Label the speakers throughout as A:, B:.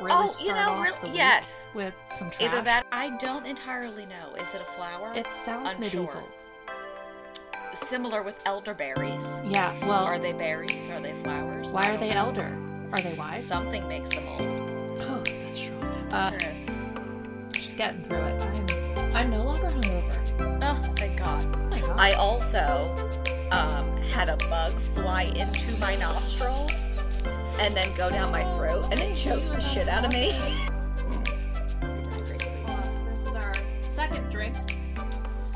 A: really
B: oh,
A: start
B: you know,
A: off
B: really-
A: the week
B: yes.
A: with some trash.
B: Either that, I don't entirely know. Is it a flower?
A: It sounds
B: Unsure.
A: medieval.
B: Similar with elderberries.
A: Yeah. Well,
B: Are they berries? Oh. Are they flowers?
A: why
B: I
A: are
B: don't
A: they elder? Are they
B: know.
A: wise?
B: Something makes them old.
A: oh, that's true. Uh,
B: There is.
A: she's getting through it. I'm, I'm no longer hungover.
B: Oh, thank God.
A: Oh my god.
B: I also um, had a bug fly into my nostril and then go down my throat, and it choked the shit out of me.
A: Uh, this is our second drink,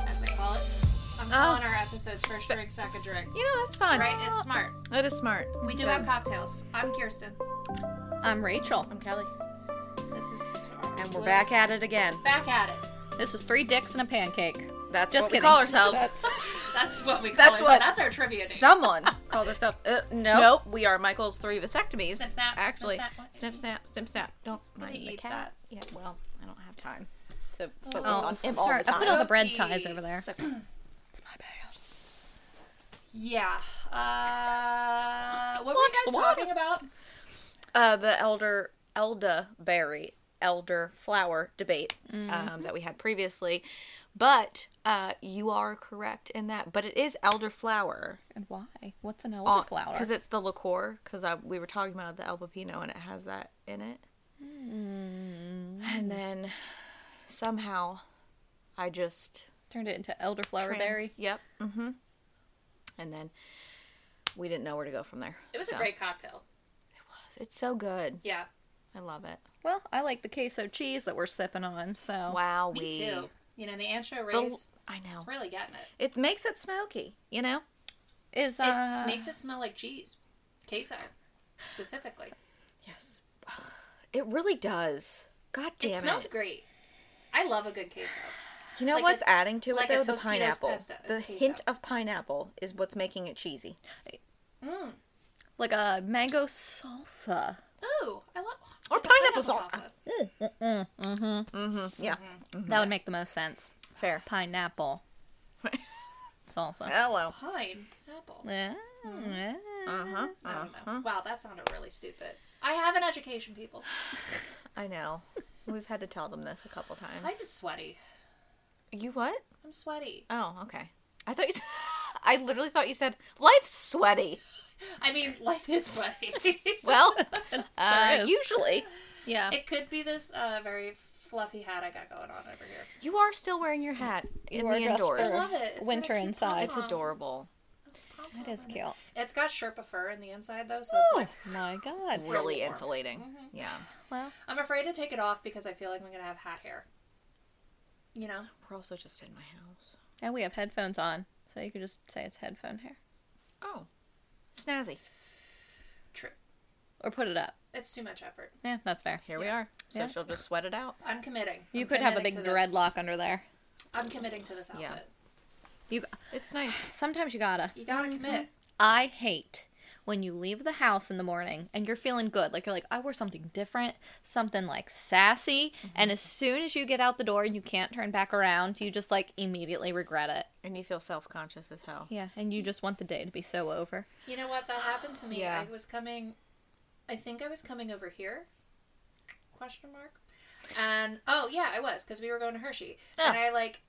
A: as I call it. I'm
B: Oh.
A: calling our episodes first drink, second drink.
B: You know, that's fine.
A: Right? It's smart.
B: That is smart.
A: We do have cocktails. I'm Kirsten.
C: I'm Rachel.
B: I'm Kelly.
A: This is.
B: And we're back at it again.
A: Back at it.
C: This is three dicks and a pancake.
B: That's
C: Just
B: what
C: kidding.
B: we call ourselves.
A: That's what we call
B: That's
A: it.
B: what-
A: That's our trivia name.
B: Someone called herself. Uh, no.
C: Nope, we are Michael's three vasectomies.
A: Snip, snap,
C: Actually,
A: snip, snap, what?
C: snip, snap, snip, snap. Don't
A: gonna
C: mind the
A: eat
C: cat.
A: that.
C: Yeah, well, I don't have time to focus
A: Oh,
C: on
A: I'm so
C: him all
A: sorry.
C: the time.
A: I put all the bread ties over
C: there. It's, okay. it's my bad.
A: Yeah. Uh, what were
C: Watch the
A: you guys
C: water.
A: talking about?
B: Uh, the elder elderberry elder flower debate
A: Mm-hmm.
B: um, that we had previously, but uh, you are correct in that. But it is elderflower
C: And why? What's an elderflower?
B: because it's the liqueur. Because we were talking about the elba pinot and it has that in it. And then somehow, I just
C: turned it into elderflower
B: trans-
C: berry.
B: Yep. Mm-hmm. And then we didn't know where to go from there.
A: It was
B: So,
A: a great cocktail.
B: It's so good.
A: Yeah.
B: I love it.
C: Well, I like the queso cheese that we're sipping on, so.
B: Wow.
A: Me too. You know, the ancho
B: The-
A: rays
B: I know.
A: really getting it.
B: It makes it smoky, you know?
C: Is,
A: It
C: uh,
A: makes it smell like cheese. Queso, specifically.
B: Yes. It really does. God damn
A: it
B: it.
A: smells great. I love a good queso.
B: you know
A: like
B: what's
A: a-
B: adding to
A: like a
B: it though? The
A: Totino's
B: pineapple.
A: pesto,
B: the
A: queso.
B: hint of pineapple is what's making it cheesy.
C: like a mango salsa.
A: Ooh, I love. I
B: Or
A: love
B: pineapple salsa. Yeah.
A: Mm-hmm.
C: That would make the most sense.
B: Fair.
C: Pineapple salsa.
B: Hello.
A: Pine apple.
C: Yeah.
B: Uh-huh.
A: I don't know. Wow, that sounded really stupid. I have an education, people.
B: I know. We've had to tell them this a couple times.
A: Life is sweaty.
B: You what?
A: I'm sweaty.
B: Oh, okay. I thought you said I literally thought you said life's sweaty.
A: I mean, life is sweaty.
B: Well, uh,
C: is.
B: usually
C: Yeah.
A: it could be this uh, very fluffy hat I got going on over here.
B: you are still wearing your hat in
C: are
B: the
C: dressed
B: indoors.
C: for
A: I love it. It's
C: Winter
A: got a cute
C: inside.
A: pom-pom.
B: It's adorable.
A: It's a pom-pom.
C: That is cute.
A: It's got Sherpa fur in the inside though, so
C: Oh.
A: it's like,
C: My God.
B: Really
A: warm. Mm-hmm.
B: insulating. Yeah.
C: Well,
A: I'm afraid to take it off because I feel like I'm gonna have hat hair. You know,
B: We're also just in my house.
C: and we have headphones on, so you could just say it's headphone hair,
B: Oh. Snazzy.
A: true.
C: or put it up.
A: It's too much effort.
C: Yeah, that's fair. Here
B: we are. So
C: Yeah.
B: she'll just sweat it out.
A: I'm committing.
C: You
A: I'm
C: could have a big
A: committing to this.
C: dreadlock under there.
A: I'm committing to this outfit.
B: Yeah.
C: You.
B: It's nice.
C: Sometimes you gotta.
A: You gotta commit.
C: I hate when you leave the house in the morning and you're feeling good. Like you're like, I wore something different, something like sassy. And as soon as you get out the door and you can't turn back around, you just like immediately regret it.
B: And you feel self conscious as hell.
C: Yeah. And you just want the day to be so over.
A: You know what? That happened to me.
B: Yeah.
A: I was coming. I think I was coming over here. Question mark. And oh yeah, I was because we were going to Hershey,
C: Oh.
A: and I like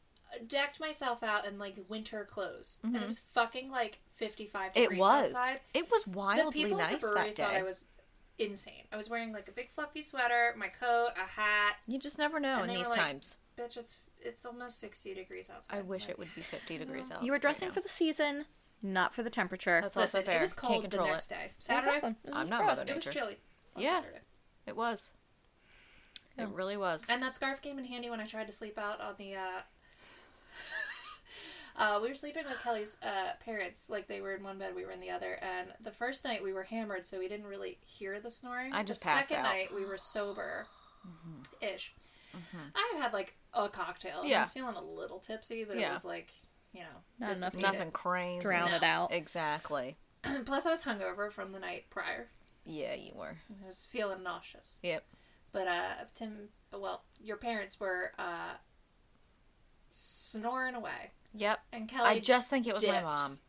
A: decked myself out in like winter clothes,
C: Mm-hmm.
A: and it was fucking like fifty-five
B: It
A: degrees
B: was.
A: outside.
B: It was
A: The
B: wildly
A: people
B: nice
A: at the brewery
B: that
A: thought
B: day.
A: I was insane. I was wearing like a big fluffy sweater, my coat, a hat.
B: You just never know
A: And
B: in
A: they were
B: these
A: like,
B: times.
A: Bitch, it's it's almost sixty degrees outside.
B: I wish
A: Like,
B: it would be 50 degrees out.
C: You were
B: right
C: dressing
B: now.
C: for the season, not for the temperature.
B: That's
A: Listen,
B: also fair.
A: it was
B: Can't
A: cold the
B: control
A: next
B: it.
A: day. Saturday,
C: Exactly. This
B: I'm
C: is
B: not
C: gross.
B: Mother
A: it was
B: Nature.
A: chilly. on
B: Yeah.
A: Saturday.
B: It was. It really was.
A: And that scarf came in handy when I tried to sleep out on the. Uh, uh, we were sleeping with Kelly's uh, parents. Like they were in one bed, we were in the other. And the first night we were hammered, so we didn't really hear the snoring.
B: I just
A: the
B: passed
A: second
B: out.
A: night we were sober, ish. I had had like a cocktail. I
B: Mm-hmm. Yeah.
A: was feeling a little tipsy, but
B: Yeah.
A: it was like you know
C: Not enough
A: dissipated.
B: Nothing crazy.
C: Drown it out.
B: Exactly.
A: Plus, I was hungover from the night prior.
B: Yeah, you were.
A: I was feeling nauseous.
B: Yep.
A: But uh, Tim, well, your parents were uh, snoring away.
B: Yep.
A: And Kelly,
B: I just think it was my
A: dipped.
B: mom.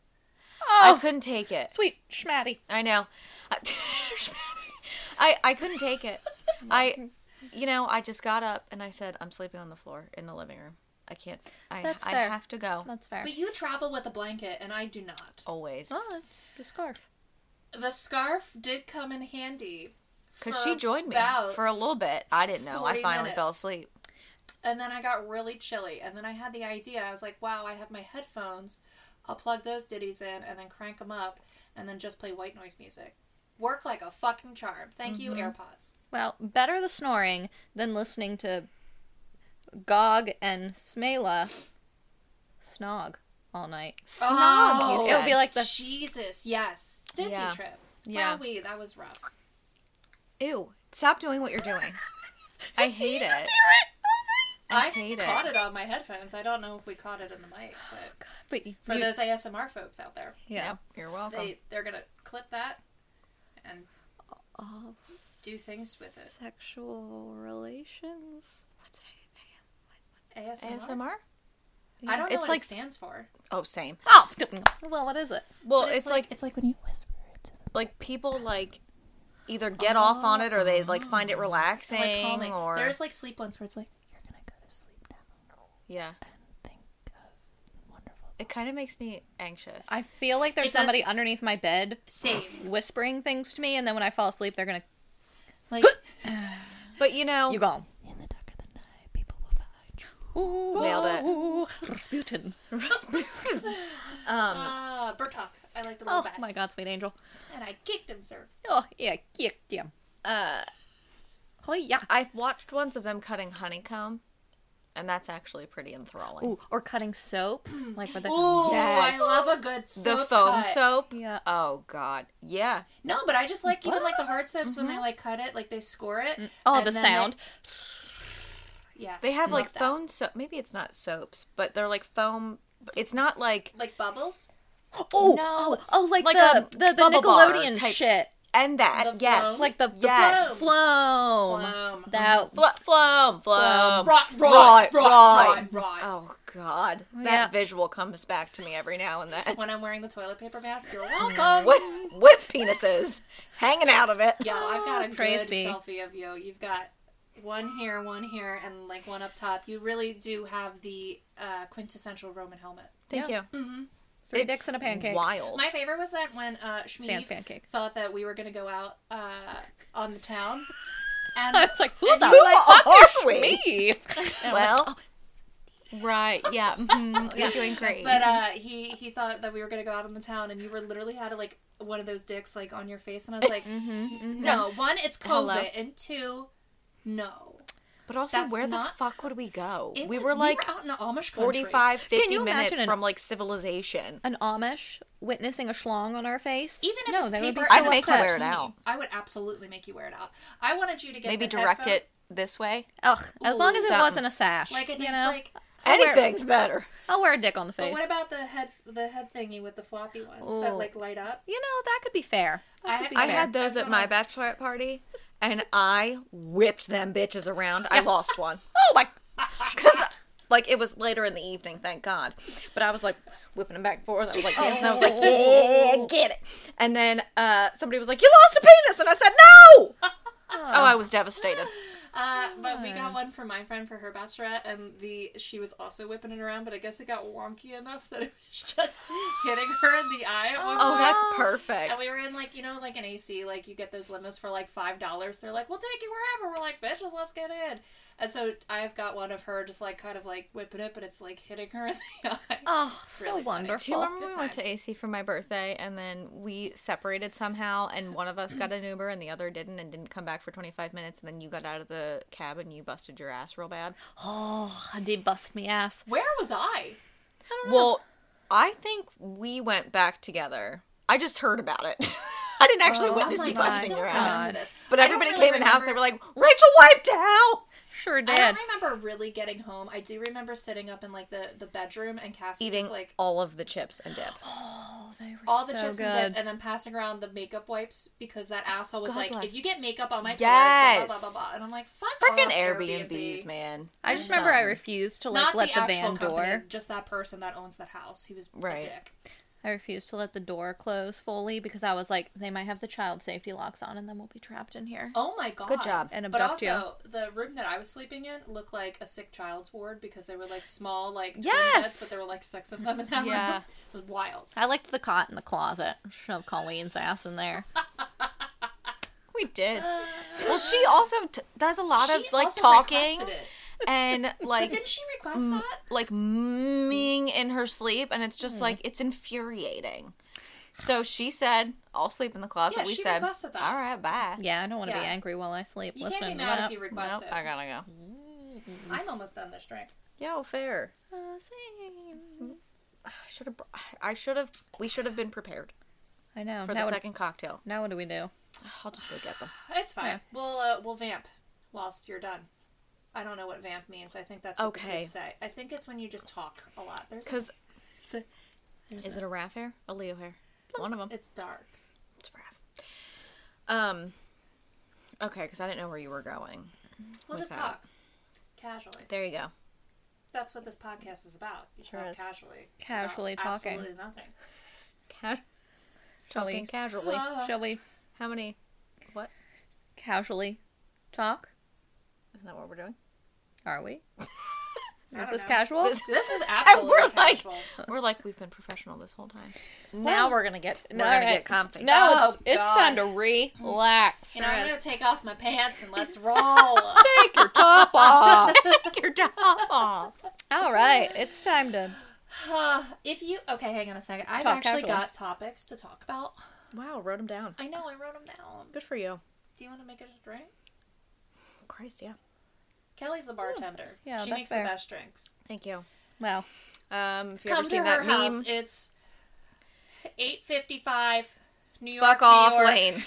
B: I
C: Oh,
B: couldn't take it.
C: sweet schmatty.
B: I know. I I couldn't take it. I, you know, I just got up and I said, I'm sleeping on the floor in the living room. I can't. I,
C: That's
B: I
C: fair.
B: have to go.
C: That's fair.
A: But you travel with a blanket, and I do not.
B: Always.
C: Oh, the scarf.
A: The scarf did come in handy.
B: Because
A: for
B: she joined me
A: about-
B: for a little bit. I didn't know. I
A: 40
B: finally fell
A: minutes.
B: asleep.
A: and then I got really chilly. And then I had the idea. I was like, wow, I have my headphones. I'll plug those ditties in and then crank them up and then just play white noise music. Work like a fucking charm. Thank you,
B: Mm-hmm.
A: AirPods.
C: Well, better the snoring than listening to Gog and Smela snog all night.
B: Snog,
A: Oh.
B: you
C: It would be
B: said.
C: like the
A: Jesus, yes. Disney
B: Yeah.
A: trip.
B: Yeah.
A: Wowee, that was rough.
B: Ew. Stop doing what you're doing. I hate it. Oh, I
A: I,
B: hate
A: caught
B: it. Oh,
A: it. on my headphones. I don't know if we caught it in the mic, but
C: But you-
A: for
C: you-
A: those ASMR folks out there,
C: yeah.
B: Yep, You're welcome.
A: they they're gonna clip that and
C: All
A: do things with it.
C: Sexual relations. What's that?
A: ASMR.
B: ASMR?
A: I don't know
B: It's
A: what
B: like-
A: it stands for.
B: Oh, same.
C: Oh, well, what is it?
B: Well,
A: But
B: it's, like,
A: it's like when you whisper.
B: like people like either get off on it or they like find it relaxing
A: like calming.
B: or
A: There's like sleep ones where it's like you're gonna go to sleep now.
B: yeah.
A: Think of wonderful.
B: It kind of makes me anxious.
C: I feel like there's
A: It does-
C: somebody underneath my bed
A: Same.
C: whispering things to me, and then when I fall asleep, they're gonna
A: Like
B: but you know,
C: you gone.
A: in the dark of the night, people will find you.
B: Nailed it.
C: it. Rasputin.
B: um,
A: Ah, Burtok. I like the little
C: Oh
A: bat.
C: my God, sweet angel.
A: And I kicked him, sir.
C: Oh yeah, kicked him.
B: uh,
C: Oh yeah.
B: I've watched ones of them cutting honeycomb, and that's actually pretty enthralling.
C: Ooh, or cutting soap, like with the
A: Ooh, Oh, I
B: Yes.
A: love a good soap
B: the foam
A: cut.
B: soap.
C: yeah.
B: Oh God, yeah.
A: No, but I just like even like the hard soaps when they like cut it, like they score it.
C: Mm-hmm. Oh,
A: and
C: the
A: then they-
C: sound.
A: yes,
B: They have
A: love
B: like
A: that.
B: foam soap. Maybe it's not soaps, but they're like foam. It's not like
A: like bubbles.
C: Oh
B: No.
C: Oh, oh, like,
B: Like
C: the,
B: a
C: the the
B: bubble bar
C: Nickelodeon
B: type.
C: shit,
B: and that.
A: The
B: yes,
A: foam.
C: like the the
B: Yes.
C: flo- floam.
A: Foam.
C: That
B: Fl- Flum, flum.
A: Right, right, right, right, right.
B: Oh God, that
C: Yeah.
B: visual comes back to me every now and then.
A: When I'm wearing the toilet paper mask, you're
C: Mm.
A: welcome.
B: with with penises hanging out of it.
A: Yo, I've got a
C: Praise
A: good
C: be.
A: selfie of you. You've got one here, one here, and like one up top. You really do have the uh, quintessential Roman helmet.
B: Thank
C: Yeah.
B: you.
C: three dicks in a pancake.
B: Wild.
A: My favorite was that when uh, Shmi
C: Sans pancake.
A: thought that we were gonna go out uh, on the town, and
C: I was like, who the
B: Who
C: fuck
B: are
C: is
B: we?
C: me?
B: Well,
A: oh.
B: right. Yeah. mhm, You're doing great.
A: But uh, he he thought that we were gonna go out on the town, and you were literally had like one of those dicks like on your face, and I was like, no, one, it's COVID,
B: Hello.
A: and two, no.
B: But also,
A: that's
B: where
A: not-
B: the fuck would we go?
A: It
B: We
A: was-
B: were like
A: out in the Amish country.
B: 45, 50
C: you
B: minutes
C: imagine an-
B: from like civilization.
C: An Amish witnessing a schlong on our face.
A: Even if
C: no,
A: it's
C: they would be
A: paper,
C: so
B: I'd make
C: upset.
B: her wear it out.
A: I would absolutely make you wear it out. I wanted you to get
B: Maybe
A: the
B: direct
A: headphone-
B: it this way.
C: Ugh, as
A: Ooh,
C: long as it
B: something.
C: wasn't a sash.
A: like a
C: you
A: nice
C: know,
A: like.
C: I'll wear-
B: Anything's better.
C: I'll wear a dick on the face.
A: But what about the head the head thingy with the floppy ones
C: Ooh.
A: that like light up?
C: you know that could be fair. That
A: I-
C: could be
B: I
C: fair.
B: had those
A: That's what
B: at my
A: I-
B: bachelorette party, and I whipped them bitches around. I lost one.
C: Oh my.
B: Because, like, it was later in the evening, thank God. But I was like whipping them back and forth. I was like dancing. I was like, yeah, get it. And then uh, somebody was like, you lost a penis. And I said, no. Oh, I was devastated.
A: Uh, but we
B: Hmm.
A: got one for my friend for her bachelorette, and the she was also whipping it around. But I guess it got wonky enough that it was just hitting her in the eye. At one
B: Oh,
A: point.
B: that's perfect.
A: And we were in like you know like an AC like you get those limos for like five dollars. They're like we'll take you wherever. We're like bitches, let's get in. And so I've got one of her just like kind of like whipping it, but it's like hitting her in the eye.
C: Oh, so
A: really funny.
B: Do you
C: wonderful.
B: remember
A: Good
B: when we went to
A: times.
B: AC for my birthday and then we separated somehow and one of us got an Uber and the other didn't and didn't come back for 25 minutes and then you got out of the cab and you busted your ass real bad?
C: Oh, they bust me ass.
A: Where was I?
B: Well, I think we went back together. I just heard about it. I didn't actually
C: Oh,
B: witness
C: my
B: you
C: God.
B: busting
A: Don't
B: your
A: remember
B: ass.
A: this.
B: But
A: I don't
B: everybody
A: really
B: came in the house and they
A: remember-
B: were like, Rachel wiped out!
C: Sure
A: I
C: did.
A: don't remember really getting home. I do remember sitting up in like the the bedroom and Cassie
B: Eating
A: just like
B: all of the chips and dip.
C: Oh, they were
A: all the
C: so
A: chips
C: good.
A: and dip, and then passing around the makeup wipes because that asshole was
B: God
A: like,
B: bless.
A: "If you get makeup on my floors,
B: Yes.
A: blah blah blah blah," blah. and I'm like, "Fuck
B: Freaking
A: off,
B: Airbnbs,
A: Airbnbs,
B: man.
C: I just remember I refused to like
A: Not
C: let
A: the,
C: the,
A: actual
C: van
A: company,
C: door.
A: just that person that owns that house. He was
B: Right.
A: a dick.
C: I refused to let the door close fully because I was like, they might have the child safety locks on and then we'll be trapped in here.
A: Oh my god.
B: Good job.
C: And
A: But
C: abduct
A: also,
C: you.
A: the room that I was sleeping in looked like a sick child's ward because they were like small, like twin
C: Yes!
A: beds, but there were like six of them in that
B: Yeah.
A: room. It was wild.
C: I liked the cot in the closet. Shove Colleen's ass in there.
B: We did. Well, she also t- does a lot of
A: Uh,
B: like
A: also
B: talking
A: requested it.
B: and
A: But
B: like
A: didn't she request that?
B: like mmming in her sleep, and it's
A: Hmm.
B: just like it's infuriating. So she said, "I'll sleep in the closet."
A: Yeah,
B: we
A: she
B: said,
A: requested that.
B: "All right, bye."
C: Yeah, I don't want to be
A: Yeah.
C: angry while I sleep.
A: You can't
C: listening
A: be
C: to
A: mad
C: that.
A: if you request
B: Nope,
A: it.
B: I gotta go.
A: I'm almost done this drink.
B: Yeah, well, fair.
C: Oh,
B: I should have. I should have. We should have been prepared
C: I know.
B: for
C: now,
B: the
C: what,
B: second cocktail.
C: now what do we do?
B: I'll just go get them.
A: It's fine.
C: Yeah.
A: We'll uh, we'll vamp whilst you're done. I don't know what vamp means. I think that's what the
B: Okay.
A: kids say. I think it's when you just talk a lot. There's
B: Cause
A: it's, a-
B: is it a raff hair? A Leo hair? One
C: Oh.
B: of them.
A: it's dark.
B: It's raff. Um. Okay, because I didn't know where you were going.
A: We'll just
B: Okay.
A: talk casually.
B: There you go.
A: That's what this podcast is about. You
B: Sure
A: talk
B: is.
A: casually.
C: Casually
A: about
C: talking.
A: Absolutely nothing.
B: Ca-
C: Shall
B: talking
C: we,
B: casually.
A: Hello.
C: shall we
B: How many? What?
C: casually talk?
B: Isn't that what we're doing?
C: Are we? Is
A: don't
C: this
A: know.
C: casual?
B: This-
A: This is absolutely
B: we're like-
A: casual.
B: We're like we've been professional this whole time.
C: Now
B: we're gonna get we're
C: gonna get
B: comfy.
C: no,
A: Oh,
C: it's, it's
A: God.
C: time to relax.
A: You know, I'm gonna take off my pants and let's roll.
C: Take your top off.
B: Take your top off.
C: All right, it's time to.
A: Uh, if you okay, hang on a second. I've
C: Talk
A: actually
C: casually.
A: got topics to talk about.
B: Wow, wrote them down.
A: I know I wrote them down.
B: Good for you.
A: Do you want to make us a drink?
B: Christ, yeah.
A: Kelly's the bartender.
C: Yeah,
A: she
C: that's
A: makes
C: fair.
A: the best drinks.
B: Thank you.
C: Well,
B: Um, if you
A: Come
B: ever
A: to
B: seen that
A: her
B: meme,
A: house. It's eight fifty-five. New York.
B: fuck off,
A: New York.
B: Lane.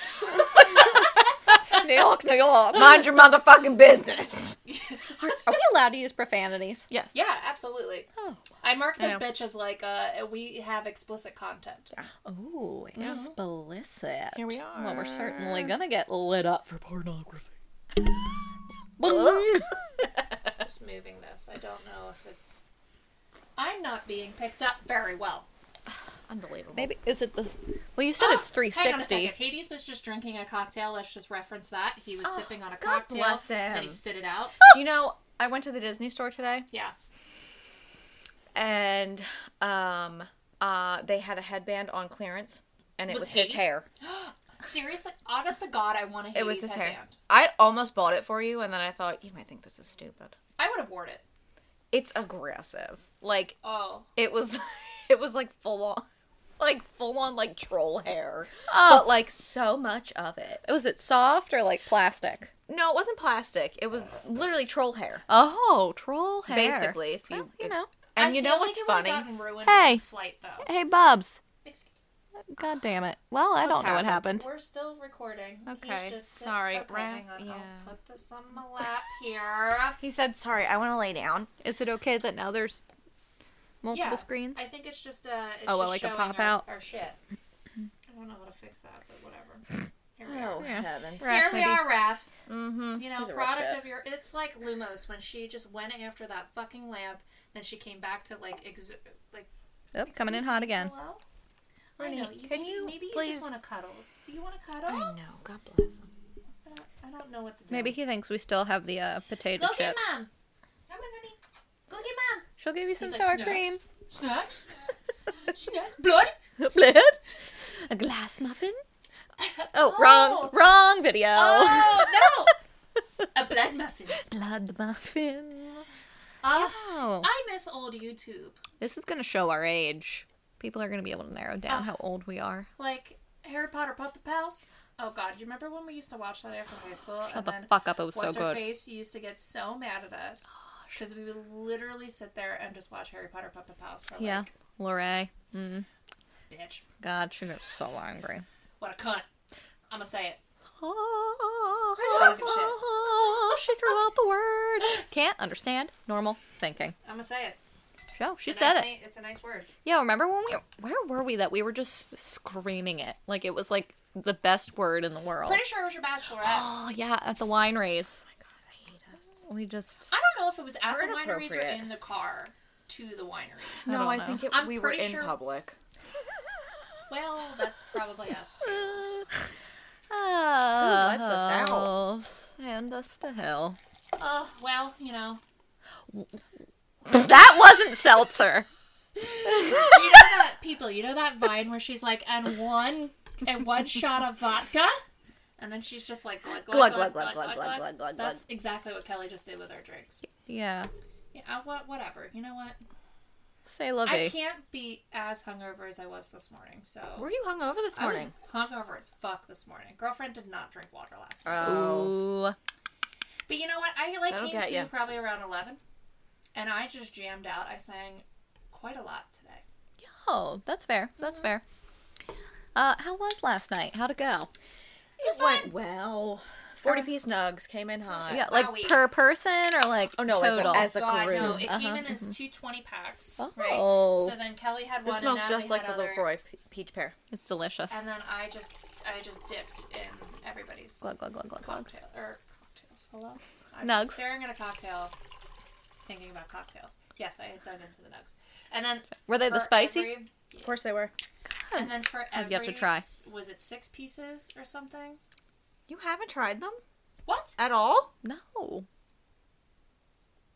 C: New York, New York. Are
B: Mind your motherfucking business.
C: we allowed to use profanities?
B: Yes.
A: Yeah, absolutely.
C: Oh.
A: I mark this
B: know.
A: bitch as like uh, we have explicit content.
C: Ooh, explicit.
B: Here we
C: Well,
B: are.
C: we're certainly gonna get lit up for pornography.
A: Just moving this. I don't know if it's. I'm not being picked up very well.
B: Unbelievable.
C: Maybe is it the? Well, you said it's
A: Ah, Hang on a
C: 360.
A: second. Hades was just drinking a cocktail. Let's just reference that. He was sipping on a
B: God
A: cocktail.
B: bless
A: Then
B: him.
A: he spit it out.
B: Do you know, I went to the Disney store today
A: Yeah.
B: and um uh they had a headband on clearance and it was,
A: Was
B: his
A: Hades?
B: hair.
A: Seriously, honest to God, I want to Hades
B: It was his
A: headband.
B: hair. I almost bought it for you and then I thought you might think this is stupid.
A: I would have worn it.
B: It's aggressive. Like
A: Oh.
B: it was it was like full on like full on like troll hair.
C: Oh.
B: But like so much of it.
C: Was it soft or like plastic?
B: No, it wasn't plastic. It was literally troll hair.
C: Oh, troll hair.
B: Basically, if you,
C: Well, you know.
B: and
A: I
B: you
A: feel
B: know
A: like
B: what's
A: it would've
B: funny?
A: Gotten ruined
C: Hey.
A: in flight though.
C: Hey, Bubs.
A: Excuse
C: God damn it. Well, I don't know what happened.
A: We're still recording. He's
B: Okay,
A: just sit-
B: sorry,
A: Okay,
B: Brad-
A: hang on.
B: yeah.
A: I'll put this on my lap here.
B: He said, "Sorry, I want to lay down."
C: Is it okay that now there's multiple
A: yeah.
C: screens?
A: I think it's just uh it's
C: Oh, well,
A: just
C: like a
A: showing
C: pop
A: our,
C: out.
A: our shit. I don't know how to fix that, but whatever. Here we
B: Oh
A: are.
C: Yeah.
B: heavens!
C: Right. Raph,
A: Here we
C: maybe. Oh,
A: are, Raph.
B: Mm-hmm.
A: You know,
B: He's a real
A: product
B: shit.
A: of your. It's like Lumos when she just went after that fucking lamp, then she came back to like exu- like.
C: Oh, coming in
A: excuse
C: hot
A: me,
C: again.
A: Hello? I
B: Brittany,
A: know. You,
B: can
A: maybe,
B: you
A: maybe you
B: please-
A: just want to cuddles? Do you want to cuddle?
B: I know. God bless. Him.
A: I don't- I don't know what to do.
C: Maybe he thinks we still have the uh, potato
A: Go get
C: chips.
A: mom. Come on, honey. Go get mom.
C: She'll give you some
A: like,
C: sour
A: "Snacks."
C: cream.
A: Snacks. Snacks. Blood.
C: Blood? A glass muffin? Oh, wrong, wrong video.
A: Oh no! A blood muffin.
C: Blood muffin.
A: Uh,
C: Oh,
A: I miss old YouTube.
C: this is gonna show our age. People are gonna be able to narrow
A: Oh.
C: down how old we are.
A: Like Harry Potter Puppet Pals. Oh god, you remember when we used to watch that after high school?
C: Shut the fuck up! It was so
A: What's her
C: good.
A: face used to get so mad at us because we would literally sit there and just watch Harry Potter Puppet Pals for like,
C: Yeah, Lorraine.
A: bitch,
C: God, she got so angry.
A: what a cunt. I'm gonna say it. don't give a shit.
C: Oh, she threw out the word. Can't understand normal thinking.
A: I'm gonna say it.
C: So she
A: It's a nice
C: said it.
A: na- It's a nice word.
C: Yeah, remember when we where were we that we were just screaming it like it was like the best word in the world.
A: Pretty sure it was your bachelorette.
C: Oh yeah, at the wine race.
B: Oh God, I hate us.
C: We just
A: I don't know if it was at
B: We're
A: the wineries or
B: inappropriate.
A: in the car to the wineries.
C: I
B: No,
C: don't
B: I,
C: know.
B: think it,
A: I'm
B: we were
A: pretty
B: in
A: sure-
B: public.
A: Well, that's probably us too.
C: Oh,
B: Ah. lets us out?
C: Send us to hell.
A: Oh, well, you know.
C: That wasn't seltzer.
A: You know that people, you know that vine where she's like, and one and one shot of vodka? And then she's just like glug glug glug glug glug glug glug glug. That's exactly what Kelly just did with our drinks.
C: Yeah.
A: Yeah, I- wha- whatever. You know what?
C: Say
A: I
C: lovey.
A: can't be as hungover as I was this morning. So
B: Were you hungover this
A: I was
B: morning?
A: hungover as fuck this morning. Girlfriend did not drink water last night.
B: Oh.
C: Ooh.
A: But you know what? I like
B: That'll
A: came
B: get
A: to
B: ya.
A: probably around eleven, and I just jammed out. I sang quite a lot today.
C: Oh, that's fair. That's fair. Uh, how was last night? How'd it go?
B: It went well. 40 piece nugs came in hot.
C: Yeah, like
A: wowie.
C: per person or like
B: Uh, Oh, no, as a-
C: total.
B: as a
A: God, no!
B: group.
A: It came in as two twenty packs,
C: Uh-huh. Mm-hmm. Oh.
A: right? So then Kelly had
B: This
A: one.
B: smells
A: and Natalie
B: just like
A: had
B: the
A: other,
B: LaCroix pe- peach pear.
C: It's delicious.
A: And then I just, I just dipped in everybody's
C: Glug glug glug glug glug.
A: cocktail or cocktails. Hello. I'm
C: Nugs.
A: just staring at a cocktail, thinking about cocktails. Yes, I had dug into the nugs, and then
C: Were they the
A: for
C: spicy?
A: every-
B: Of course they were.
A: and then for
C: I've
A: every,
C: yet to try.
A: s- was it six pieces or something?
B: You haven't tried them
A: What?
B: at all?
C: No.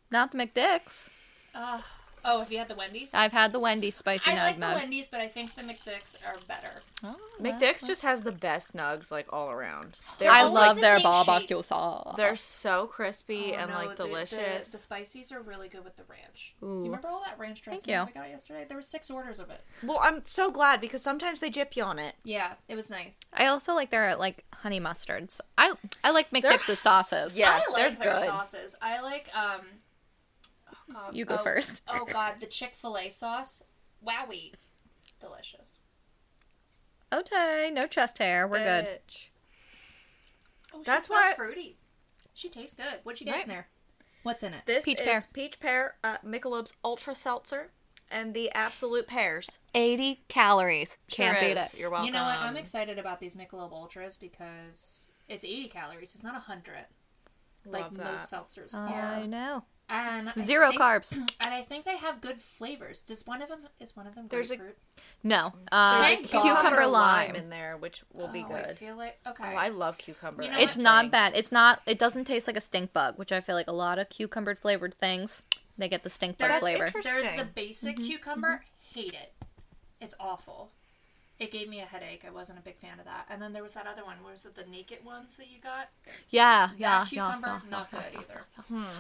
C: Not the McDicks.
A: Uh, oh, have you had the Wendy's?
C: I've had the Wendy's spicy
A: I
C: nug
A: like the
C: nug.
A: Wendy's, but I think the McDicks are better.
C: Oh,
B: McDick's just has the best nugs like all around. They're,
C: I
A: always
C: love
A: the
C: their
A: same
C: barbecue sauce.
B: they're so crispy
A: Oh,
B: and
A: no,
B: like
A: the- the-
B: delicious.
A: The, spices are really good with the ranch.
B: Ooh.
A: You remember all that ranch dressing
C: you.
A: that we got yesterday? There were six orders of it.
B: Well, I'm so glad because sometimes they jip you on it.
A: Yeah, it was nice.
C: I also like their like honey mustards. I I like McDick's sauces.
B: Yeah,
A: I like
B: they're
A: their
B: good.
A: sauces. I like um. Oh God.
C: You go
A: oh,
C: first.
A: oh God, the Chick Fil A sauce. Wowie, delicious.
C: Okay, Oh, no chest hair. We're good.
B: Bitch.
A: Oh, she
B: That's
A: smells
B: why-
A: fruity. She tastes good. What'd you get
B: Right.
A: in there? What's in it?
B: This
C: Peach
B: is
C: pear.
B: peach pear, uh, Michelob's Ultra Seltzer, and the Absolute Pears.
C: Eighty calories. Can't
B: Sure
C: beat
B: is.
C: it.
B: You're welcome.
A: You know what? I'm excited about these Michelob Ultras because it's 80 calories. It's not 100 like
B: Love that.
A: most seltzers
C: I
A: are.
C: know.
A: And I
C: Zero
A: think-
C: carbs.
A: And I think they have good flavors. Does one of them is one of them
B: There's a-
A: grapefruit?
C: No. Uh,
A: Thank God.
C: cucumber lime.
B: in there, which will be
A: Oh, I
B: good.
A: feel like okay.
B: Oh, I love cucumber.
A: You know
C: It's
A: what?
C: not bad. It's not. It doesn't taste like a stink bug, which I feel like a lot of cucumber flavored things they get the stink bug
A: There's-
C: flavor.
B: interesting.
A: There's the basic
B: Mm-hmm.
A: cucumber. Hate it. It's awful. It gave me a headache. I wasn't a big fan of that. And then there was that other one. Was it the naked ones that you got?
C: Yeah, yeah,
A: That
C: yeah,
A: cucumber,
C: yeah.
A: not good either.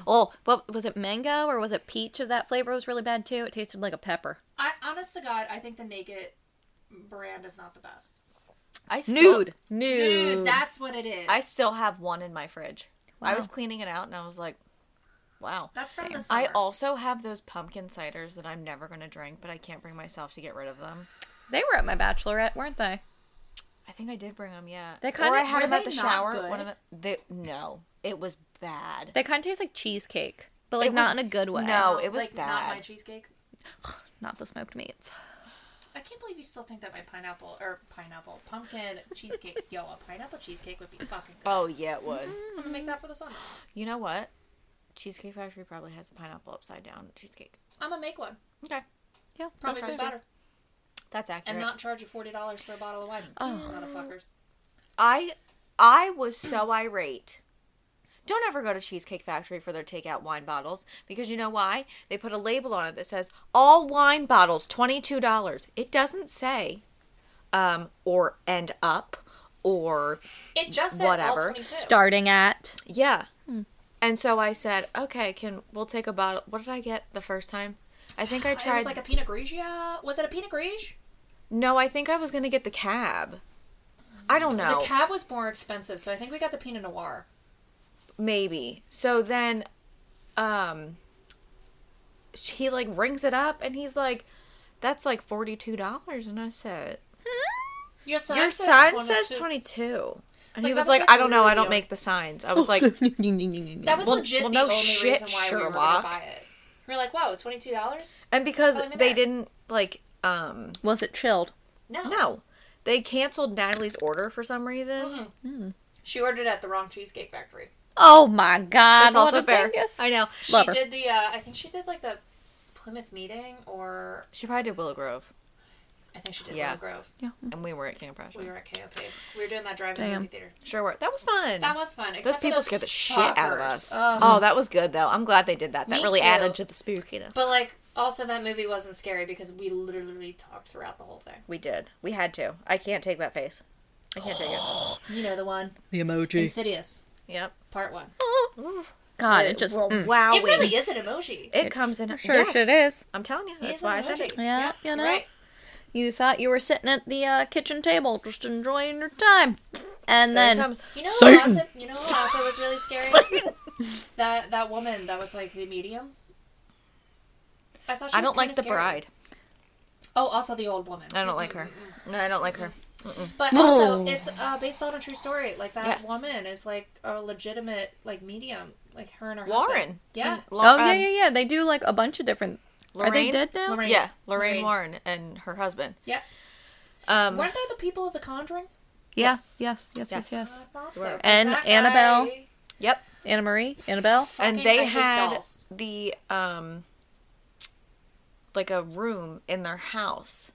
C: Oh, but was it mango or was it peach? Of that flavor was really bad too. It tasted like a pepper.
A: I honest to God, I think the naked brand is not the best.
B: I
C: Nude,
A: Dude,
C: nude.
A: that's what it is.
B: I still have one in my fridge. I
C: Wow.
B: was cleaning it out and I was like, wow.
A: That's from the summer.
B: I also have those pumpkin ciders that I'm never going to drink, but I can't bring myself to get rid of them.
C: They were at my bachelorette, weren't they?
B: I think I did bring them, yeah.
C: They kinda-
B: or I had
A: were
B: them at
A: they
B: the
A: not
B: shower.
A: good?
B: One of them, they, no, it was bad.
C: They kind of taste like cheesecake, but like
B: It
C: not in
B: was-
C: a good way.
B: no. Oh, it was
A: Um, like, Not my
B: bad.
A: cheesecake.
C: not the smoked meats.
A: I can't believe you still think that my pineapple or pineapple pumpkin cheesecake. Yo, a pineapple cheesecake would be fucking good.
B: Oh, yeah, it would.
C: Mm-hmm.
A: I'm gonna make that for the summer.
B: You know what? Cheesecake Factory probably has a pineapple upside down cheesecake.
A: I'm gonna make one.
B: Okay,
C: Yeah,
A: Probably
B: That's
A: be
B: right.
A: better.
B: that's accurate.
A: And not charge you forty dollars for a bottle of wine.
B: Oh.
A: Motherfuckers.
B: I I was so irate. Don't ever go to Cheesecake Factory for their takeout wine bottles because you know why? They put a label on it that says all wine bottles $22. It doesn't say um or end up or
A: It just said all
B: Whatever.
A: twenty two.
C: starting at
B: yeah. And so I said, "Okay, can we'll take a bottle. What did I get the first time? I think I
A: It
B: tried
A: was like a Pinot Grigio. Was it a Pinot Grigio?
B: No, I think I was going to get the cab. I don't know.
A: The cab was more expensive, so I think we got the Pinot Noir.
B: maybe so then um he like rings it up and he's like that's like $42 and i said
A: Your sign
B: your
A: says
B: sign
A: 22.
B: says 22 and he
A: Like, that
B: was
A: was,
B: like
A: like,
B: i don't know i
A: literally
B: don't
A: the-
B: make the signs i was like
A: That was
B: Well-
A: legit
B: well,
A: the
B: no
A: only
B: shit,
A: reason why we were
B: Sherlock.
A: gonna buy it. We were like, whoa, twenty two dollars?
B: and because
A: Tell him in
B: they
A: there.
B: didn't like um
C: was it chilled?
A: No.
B: no they canceled natalie's order for some reason
A: Mm-hmm. She ordered at the wrong Cheesecake Factory.
C: Oh my god!
B: that's also
C: what a
B: fair
C: dingus.
B: i know
A: She
C: Love her.
A: did the uh, I think she did like the Plymouth meeting or
B: she probably did willow grove
A: I think she did
B: Yeah.
A: Willow Grove.
B: and we were at Camp Russia.
A: We were at KOP. We were doing that drive-in
C: Damn.
A: movie theater.
B: Sure were. That was fun.
A: That was fun. Except
B: those
A: for
B: people
A: those
B: scared the shit out of
A: fuckers.
B: us.
A: Ugh.
B: Oh, that was good though. I'm glad they did that. That
A: Me
B: really
A: too.
B: added to the spookiness.
A: But like, also that movie wasn't scary because we literally talked throughout the whole thing.
B: We did. We had to. I can't take that face. I can't take it.
A: You know the one,
C: The emoji.
A: Insidious,
B: Yep.
A: part one.
C: God, it just.
B: well,
C: mm.
B: wow.
A: It really is an emoji.
B: It comes in.
C: Sure,
B: yes.
C: shit is.
B: I'm telling you.
A: It
B: That's
A: is an
B: why I said
A: emoji.
B: it.
C: Yeah, you know.
A: Right.
C: You thought you were sitting at the uh, kitchen table, just enjoying your time, and
B: There it
C: then
B: comes.
A: You know
C: Satan.
A: what also you know what also was really scary? that that woman that was like the medium. I thought she
B: I
A: was
B: don't like
A: kinda
B: the
A: scary.
B: bride. Uh,
A: Oh, also the old woman.
B: I don't like her. No, I don't like her.
A: But also, it's uh, based on a true story. Like that
B: Yes.
A: woman is like a legitimate like medium. Like her and her husband.
B: Warren.
A: Yeah.
C: oh yeah, yeah, yeah. They do like a bunch of different. Are they
B: Mm, um, Lorraine?
C: dead now?
A: Lorraine.
B: Yeah, Lorraine,
A: Lorraine.
B: Warren and her husband.
A: Yeah.
B: Um,
A: Weren't they the people of The Conjuring?
C: Yes, yes, yes, yes, yes.
A: I thought so, 'cause
C: And
A: that
C: Annabelle.
A: guy-
B: yep.
C: Anna Marie, Annabelle.
B: And
A: Fucking- I
B: they
A: hate
B: had
A: dolls.
B: the um, like a room in their house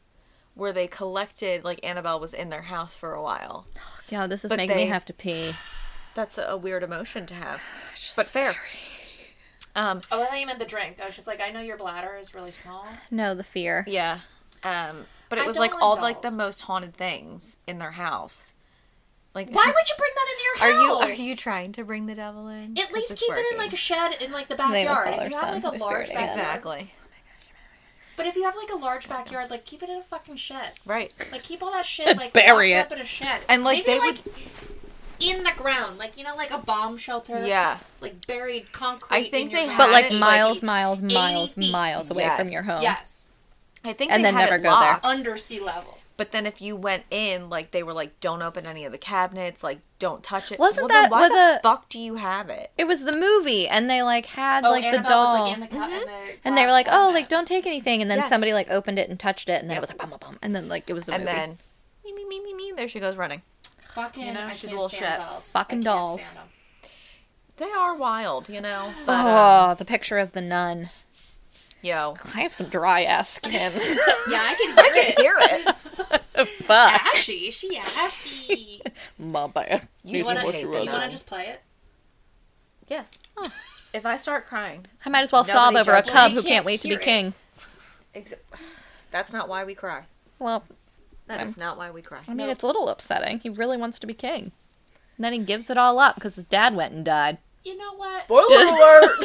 B: where they collected. Like Annabelle was in their house for a while.
C: Yeah, this is
B: But
C: making
B: they-
C: me have to pee.
B: That's a weird emotion to have, but fair. Um,
A: Oh, I thought you meant the drink. I was just like, I know your bladder is really small.
C: No, the fear.
B: yeah. Um, but it
A: I
B: was
A: don't
B: like
A: like
B: all like the
A: dolls.
B: most haunted things in their house. Like
A: Why would you bring that
B: Are
A: into your
B: you
A: house?
B: are you trying to bring the devil in?
A: At
B: 'Cause
A: least
B: it's
A: keep it in
B: working.
A: like a shed in like the
C: would
A: backyard.
C: follow
A: If you
C: her
A: have like
C: son.
A: a
C: It's
A: large
C: very bad.
A: backyard,
B: exactly
A: but if you have like a large backyard, like keep it in a fucking shed.
B: right.
A: Like keep all that shit like
C: Bury
A: locked up
C: it.
A: in a shed.
B: And, like,
A: Maybe,
B: they would-
A: like, in the ground, like you know, like a bomb shelter.
B: Yeah, like
A: Like buried concrete. in
B: think
A: your
B: they
A: back.
C: But
B: had
C: like
B: it,
C: miles,
A: like,
C: miles,
A: 80
C: miles,
A: feet.
C: miles away
B: Yes.
C: from your home.
A: Yes,
B: I think
C: And
B: they
C: then
B: had
C: never
B: it
C: go there.
B: locked,
A: under sea level.
B: But then if you went in, like they were like, don't open any of the cabinets, like don't touch it.
C: Wasn't
B: well, then
C: that
B: why
C: with
B: the
C: a-
B: fuck do you have it?
C: It was the movie, and they like had
A: Oh,
C: like
A: Annabelle
C: the doll,
A: was like in the, co-
B: Mm-hmm.
A: in the
C: and they were
A: glass
C: like, "Oh,
A: cabinet.
C: like don't take anything," and then
B: Yes.
C: somebody like opened it and touched it, and then it was like, "Bum bum bum," and then like it was a
B: And
C: movie.
B: then me me me me me, there she goes running.
A: fucking,
B: you know,
A: I
B: she's a
A: can't
B: little
A: stand
B: shit.
A: dolls.
C: Fucking
A: I can't
C: dolls.
A: stand 'em.
B: They are wild, you know. But, um,
C: oh, the picture of the nun.
B: yo,
C: I have some dry ass skin.
A: Yeah, I can hear
B: I
A: it.
B: can hear it.
C: Fuck,
A: Ashy, she ashy.
C: my bad.
B: You
A: wanna- You want
B: Nozzle.
A: to just play it?
B: Yes. If I start crying,
C: I might as well
B: Nobody
C: sob over a
B: judges.
C: cub
A: We
C: who
A: can't
C: can't wait to be
A: hear it.
C: king.
B: ex- that's not why we cry.
C: Well,
B: That is not why we cry.
C: I mean, it's a little upsetting. He really wants to be king. And then he gives it all up because his dad went and died.
A: You know what?
B: Spoiler alert!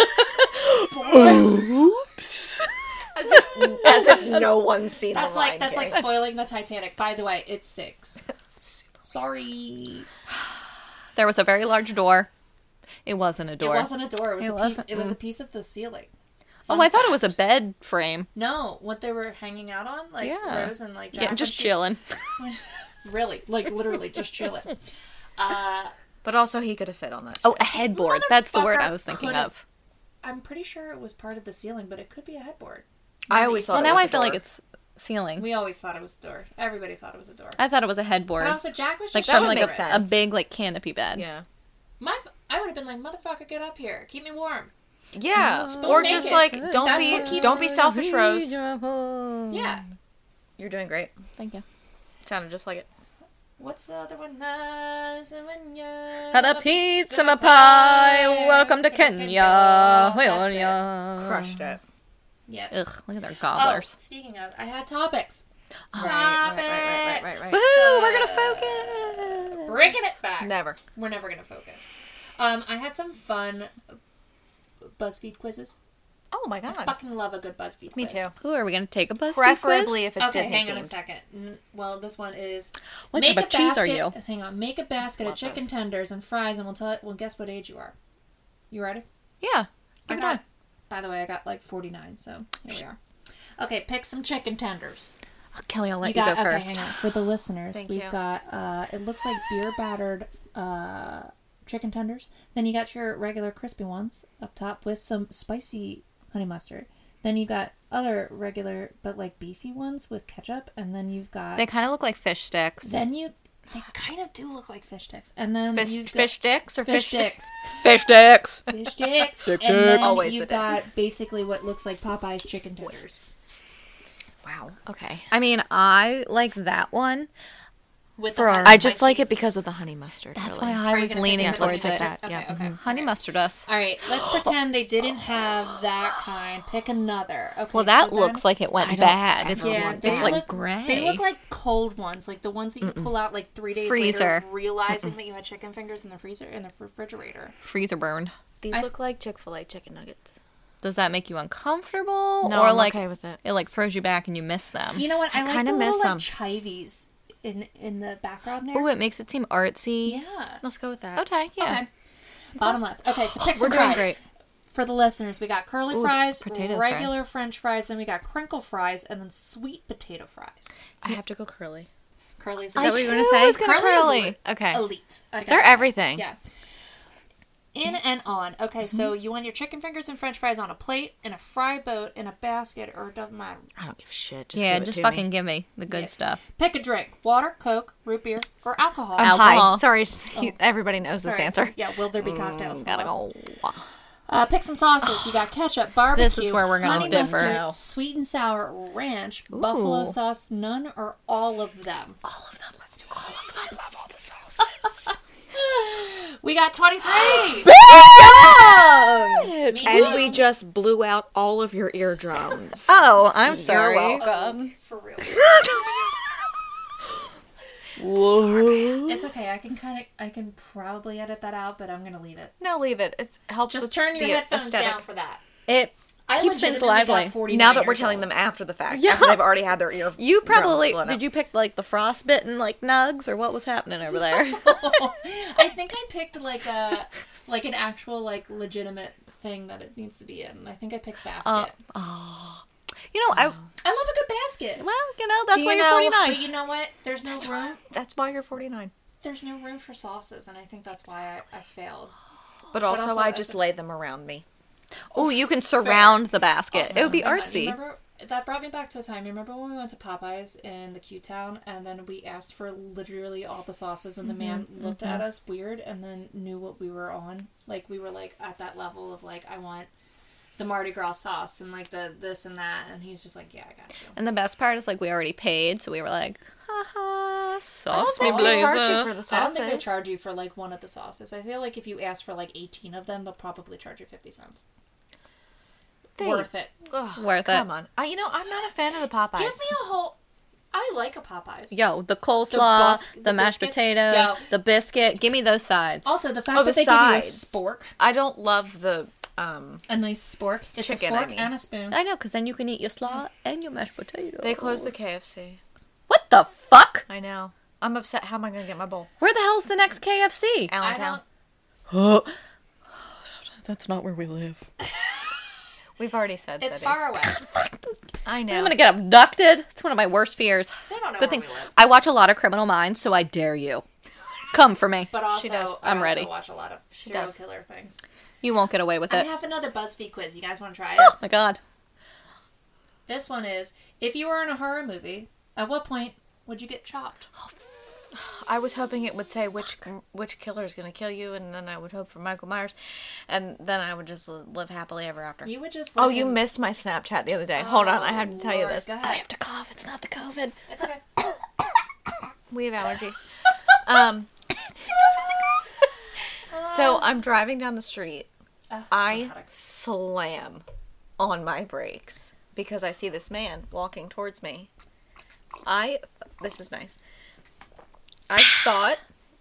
B: As if, as if no one's seen
A: That's
B: the
A: like
B: Lion
A: that's like
B: King.
A: spoiling the Titanic. By the way, it's six. Sorry,
C: There was a very large door. It wasn't a door.
A: it wasn't a door. It was
C: It
A: a
C: wasn't- Mm.
A: piece. It was a piece of the ceiling.
C: oh,
A: Fun
C: I thought it was a
A: fact.
C: bed frame.
A: no. What they were hanging out on, like
C: Yeah.
A: Rose and like Jack,
C: Yeah,
A: when
C: just
A: she-
C: chilling.
A: really, like literally, just chilling. Uh,
B: But also, he could have fit on that.
C: Oh, a headboard. That's the word I
A: Motherfucker
C: was thinking
A: could've-
C: of.
A: I'm pretty sure it was part of the ceiling, but it could be a headboard.
B: I always thought.
C: Well,
B: it
C: now
B: was
C: I
B: a
C: feel like
B: door.
C: it's ceiling.
A: We always thought it was a door. Everybody thought it was a door.
C: I thought it was a headboard.
A: But also, Jack was
C: Like
A: just
C: from
B: would
C: like
B: make
C: a, a
B: sense.
C: big like canopy bed.
B: Yeah.
A: My, I would have been like, motherfucker, get up here, keep me warm.
B: Yeah, or
A: naked.
B: just like don't
A: That's what
B: be
A: keeps
B: don't be selfish, Rose.
C: Yeah.
A: Yeah.
C: Mm.
B: You're doing great.
C: Thank you.
B: Sounded just like it.
A: What's the other one? Had
C: Had a pizza and a pie. Welcome to Kenya.
A: Um,
B: Crushed it.
A: Yeah.
C: Ugh, look at their
A: Oh,
C: gobblers.
A: speaking of, I had topics.
B: Right, right, right, right, right, right, right.
C: Woohoo, we're gonna focus.
A: Breaking it back.
B: Never.
A: We're never gonna focus. Um, I had some fun BuzzFeed quizzes.
B: Oh my god.
A: Fucking love a good BuzzFeed.
B: Me
A: quiz.
B: too.
C: Ooh, are we gonna take a bus?
B: Preferably if it's
A: Okay,
B: Disney
A: hang on a
B: themed.
A: second. Mm, Well, this one is
C: What type of cheese are you?
A: Hang on, make a basket of
B: Love those.
A: chicken tenders and fries, and we'll tell it. Well, guess what age you are. You ready?
C: Yeah.
A: I
C: Give it
A: got,
C: on.
A: By the way, I got like 49, so here we are. Okay, pick some chicken tenders.
C: Oh, Kelly, I'll let you,
A: got
C: go
A: okay,
C: first.
A: hang on. For the listeners,
B: Thank
A: we've
B: you.
A: got uh, it looks like beer battered uh, chicken tenders. Then you got your regular crispy ones up top with some spicy honey mustard. Then you got other regular but like beefy ones with ketchup, and then you've got
C: They kind of look like fish sticks.
A: then you they kind of do look like fish sticks, and then
B: Fish,
A: you've got
B: fish sticks or
A: fish
B: fish, sticks?
A: sticks.
C: Fish sticks.
A: fish sticks,
C: Stick
A: and
C: dick.
A: then
B: Always
A: you've
B: the dick.
A: got basically what looks like Popeye's chicken tenders.
B: Wow. Okay.
C: I mean, I like that one.
A: With
C: For
A: the
C: our-
A: hot
B: I just
A: spicy.
B: like it because of the honey mustard.
C: That's
B: really.
C: why
A: Are
C: I
A: you
C: was
A: gonna
C: leaning
A: pick the honey
C: towards it. Mm-hmm.
A: mustard?
B: that, yeah.
A: Okay, okay.
C: Honey mustard us.
A: All right, let's pretend they didn't have that kind. Pick another. Okay.
C: Well, that
A: so then-
C: looks like it
B: I
C: went
B: don't
C: bad.
B: ever
C: It's,
B: want
A: yeah,
B: that.
A: they
C: it's
A: look
C: like gray.
A: They look like cold ones, like the ones that you pull out like three days
C: Freezer.
A: later, realizing that you had chicken fingers in the freezer in the refrigerator.
C: freezer burned.
B: These look like Chick Fil A chicken nuggets.
C: Does that make you uncomfortable?
B: No,
C: or
B: I'm
C: like
B: okay with it.
C: like throws you back and you miss them.
A: You know what? I, like
B: kinda
A: the
B: miss
A: little
B: them.
A: like chivies in in the background there.
C: Ooh, it makes it seem artsy.
A: yeah.
B: Let's go with that.
C: Okay, yeah.
A: Okay. Bottom left. Okay, so pick
B: We're
A: some
B: doing
A: fries.
B: great.
A: For the listeners, we got curly fries,
C: potato
A: regular French fries, then we got crinkle fries, and then sweet potato fries.
B: I have to go curly.
A: Curly's
C: I
A: is
C: what you
B: too
C: wanna say?
B: was gonna
C: Curly
B: go
C: Curly.
B: with-
C: Okay.
A: elite. I
B: They're
A: gotta say.
B: everything.
A: Yeah. In and on. Okay, so
B: Mm-hmm.
A: you want your chicken fingers and French fries on a plate, in a fry boat, in a basket, or it doesn't matter.
B: I don't give a shit. Just
C: yeah,
B: give it
C: just
B: to
C: fucking
B: Me.
C: give me the good
A: Yeah.
C: stuff.
A: Pick a drink: water, Coke, root beer, or alcohol.
B: I'm high.
C: Alcohol.
B: Oh. Sorry, everybody knows this
A: Sorry.
B: answer.
A: Yeah. Will there be cocktails?
B: Mm, Gotta go.
A: Uh, pick some sauces. You got ketchup, barbecue.
C: This is where we're gonna
A: honey
C: differ.
A: mustard, sweet and sour, ranch, buffalo
B: Ooh.
A: sauce, none or all of them.
B: All of them. Let's do all of them. I love all the sauces.
A: We got twenty-three. Me
B: and
A: too.
B: we just blew out all of your eardrums.
C: Oh, I'm sorry.
A: Um, for real. It's okay. I can kind of, I can probably edit that out, but I'm gonna leave it.
B: no, leave it. It's helps.
A: Just
B: with
A: turn your
B: the
A: headphones
B: aesthetic.
A: down for that.
C: It
A: I
C: keeps things lively.
B: Now that we're telling them after the fact, after they've already had their ear.
C: You probably did. You pick like the frostbitten like nugs or what was happening over there?
A: I think I picked like a like an actual like legitimate thing that it needs to be in. I think I picked basket.
B: Uh,
C: you know, I
A: I love a good basket.
C: well, you know, that's
B: Do
C: why
B: you
C: you are
B: know-
C: 49.
A: But you know what? There's no room.
B: That's why you're 49.
A: There's no room for sauces, and I think that's why I, I failed.
B: But also,
A: also
B: I
A: that's
B: just
A: a-
B: lay them around me.
C: Oh, you can surround the basket. it would be
A: Remember- you
C: artsy.
A: Um, Remember that brought me back to a time. You remember when we went to Popeyes in the Q Town, and then we asked for literally all the sauces,
C: Mm-hmm,
A: and the man looked at us weird, and then knew what we were on. Like we were like at that level of like I want the Mardi Gras sauce and like the this and that, and he's just like, yeah, I got you.
C: And the best part is like we already paid, so we were like, haha, sauce me
B: think they charge us for
C: blazer.
B: the
A: I don't think they
B: sauces.
A: charge you for like one of the sauces. I feel like if you ask for like eighteen of them, they'll probably charge you fifty cents.
B: They-
A: Worth it.
B: Ugh,
C: Worth it.
B: come on. I, you know, I'm not a fan of the Popeyes.
A: Give me a whole. I like a Popeyes.
C: Yo, the coleslaw, the,
A: bus- the
C: mashed
A: biscuit.
C: potatoes,
A: Yo.
C: the biscuit. Give me those sides.
A: Also, the fact
B: Oh,
A: that
B: the
A: they
B: sides.
A: give you a spork,
B: I don't love the. Um,
A: a nice spork. It's
B: Chicken,
A: a
B: I
A: fork
B: mean.
A: and a spoon.
C: I know, because then you can eat your slaw and your mashed potatoes.
B: they closed the KFC.
C: What the fuck?
B: I know. I'm upset. How am I going to get my bowl?
C: Where the hell's the next
A: I
C: KFC?
B: Allentown.
A: don't.
C: That's not where we live.
B: We've already said
A: It's
B: cities.
A: far away.
B: I know.
C: I'm gonna get abducted. It's one of my worst fears.
A: They don't know where
C: Good thing
A: we live.
C: I watch a lot of Criminal Minds, so I dare you. Come for me.
A: But also,
B: does.
A: I
C: I'm
A: also
C: ready.
A: watch a lot of serial
B: does.
A: killer things.
C: You won't get away with
A: I
C: it.
A: have another BuzzFeed quiz. You guys want to try
C: Oh
A: it?
C: my god.
A: this one is: If you were in a horror movie, at what point would you get chopped?
B: I was hoping it would say which which killer is going to kill you, and then I would hope for Michael Myers, and then I would just li- live happily ever after.
A: You would just.
B: oh,
A: let
B: you Oh,
A: him- Oh,
B: missed my Snapchat the other day. Hold on, I have to tell you
A: Lord,
B: this.
A: go ahead.
C: to cough. It's not the COVID.
A: It's okay.
B: We have allergies. um, so I'm driving down the street.
A: Oh,
B: I
A: God.
B: slam on my brakes because I see this man walking towards me. I th- this is nice. I thought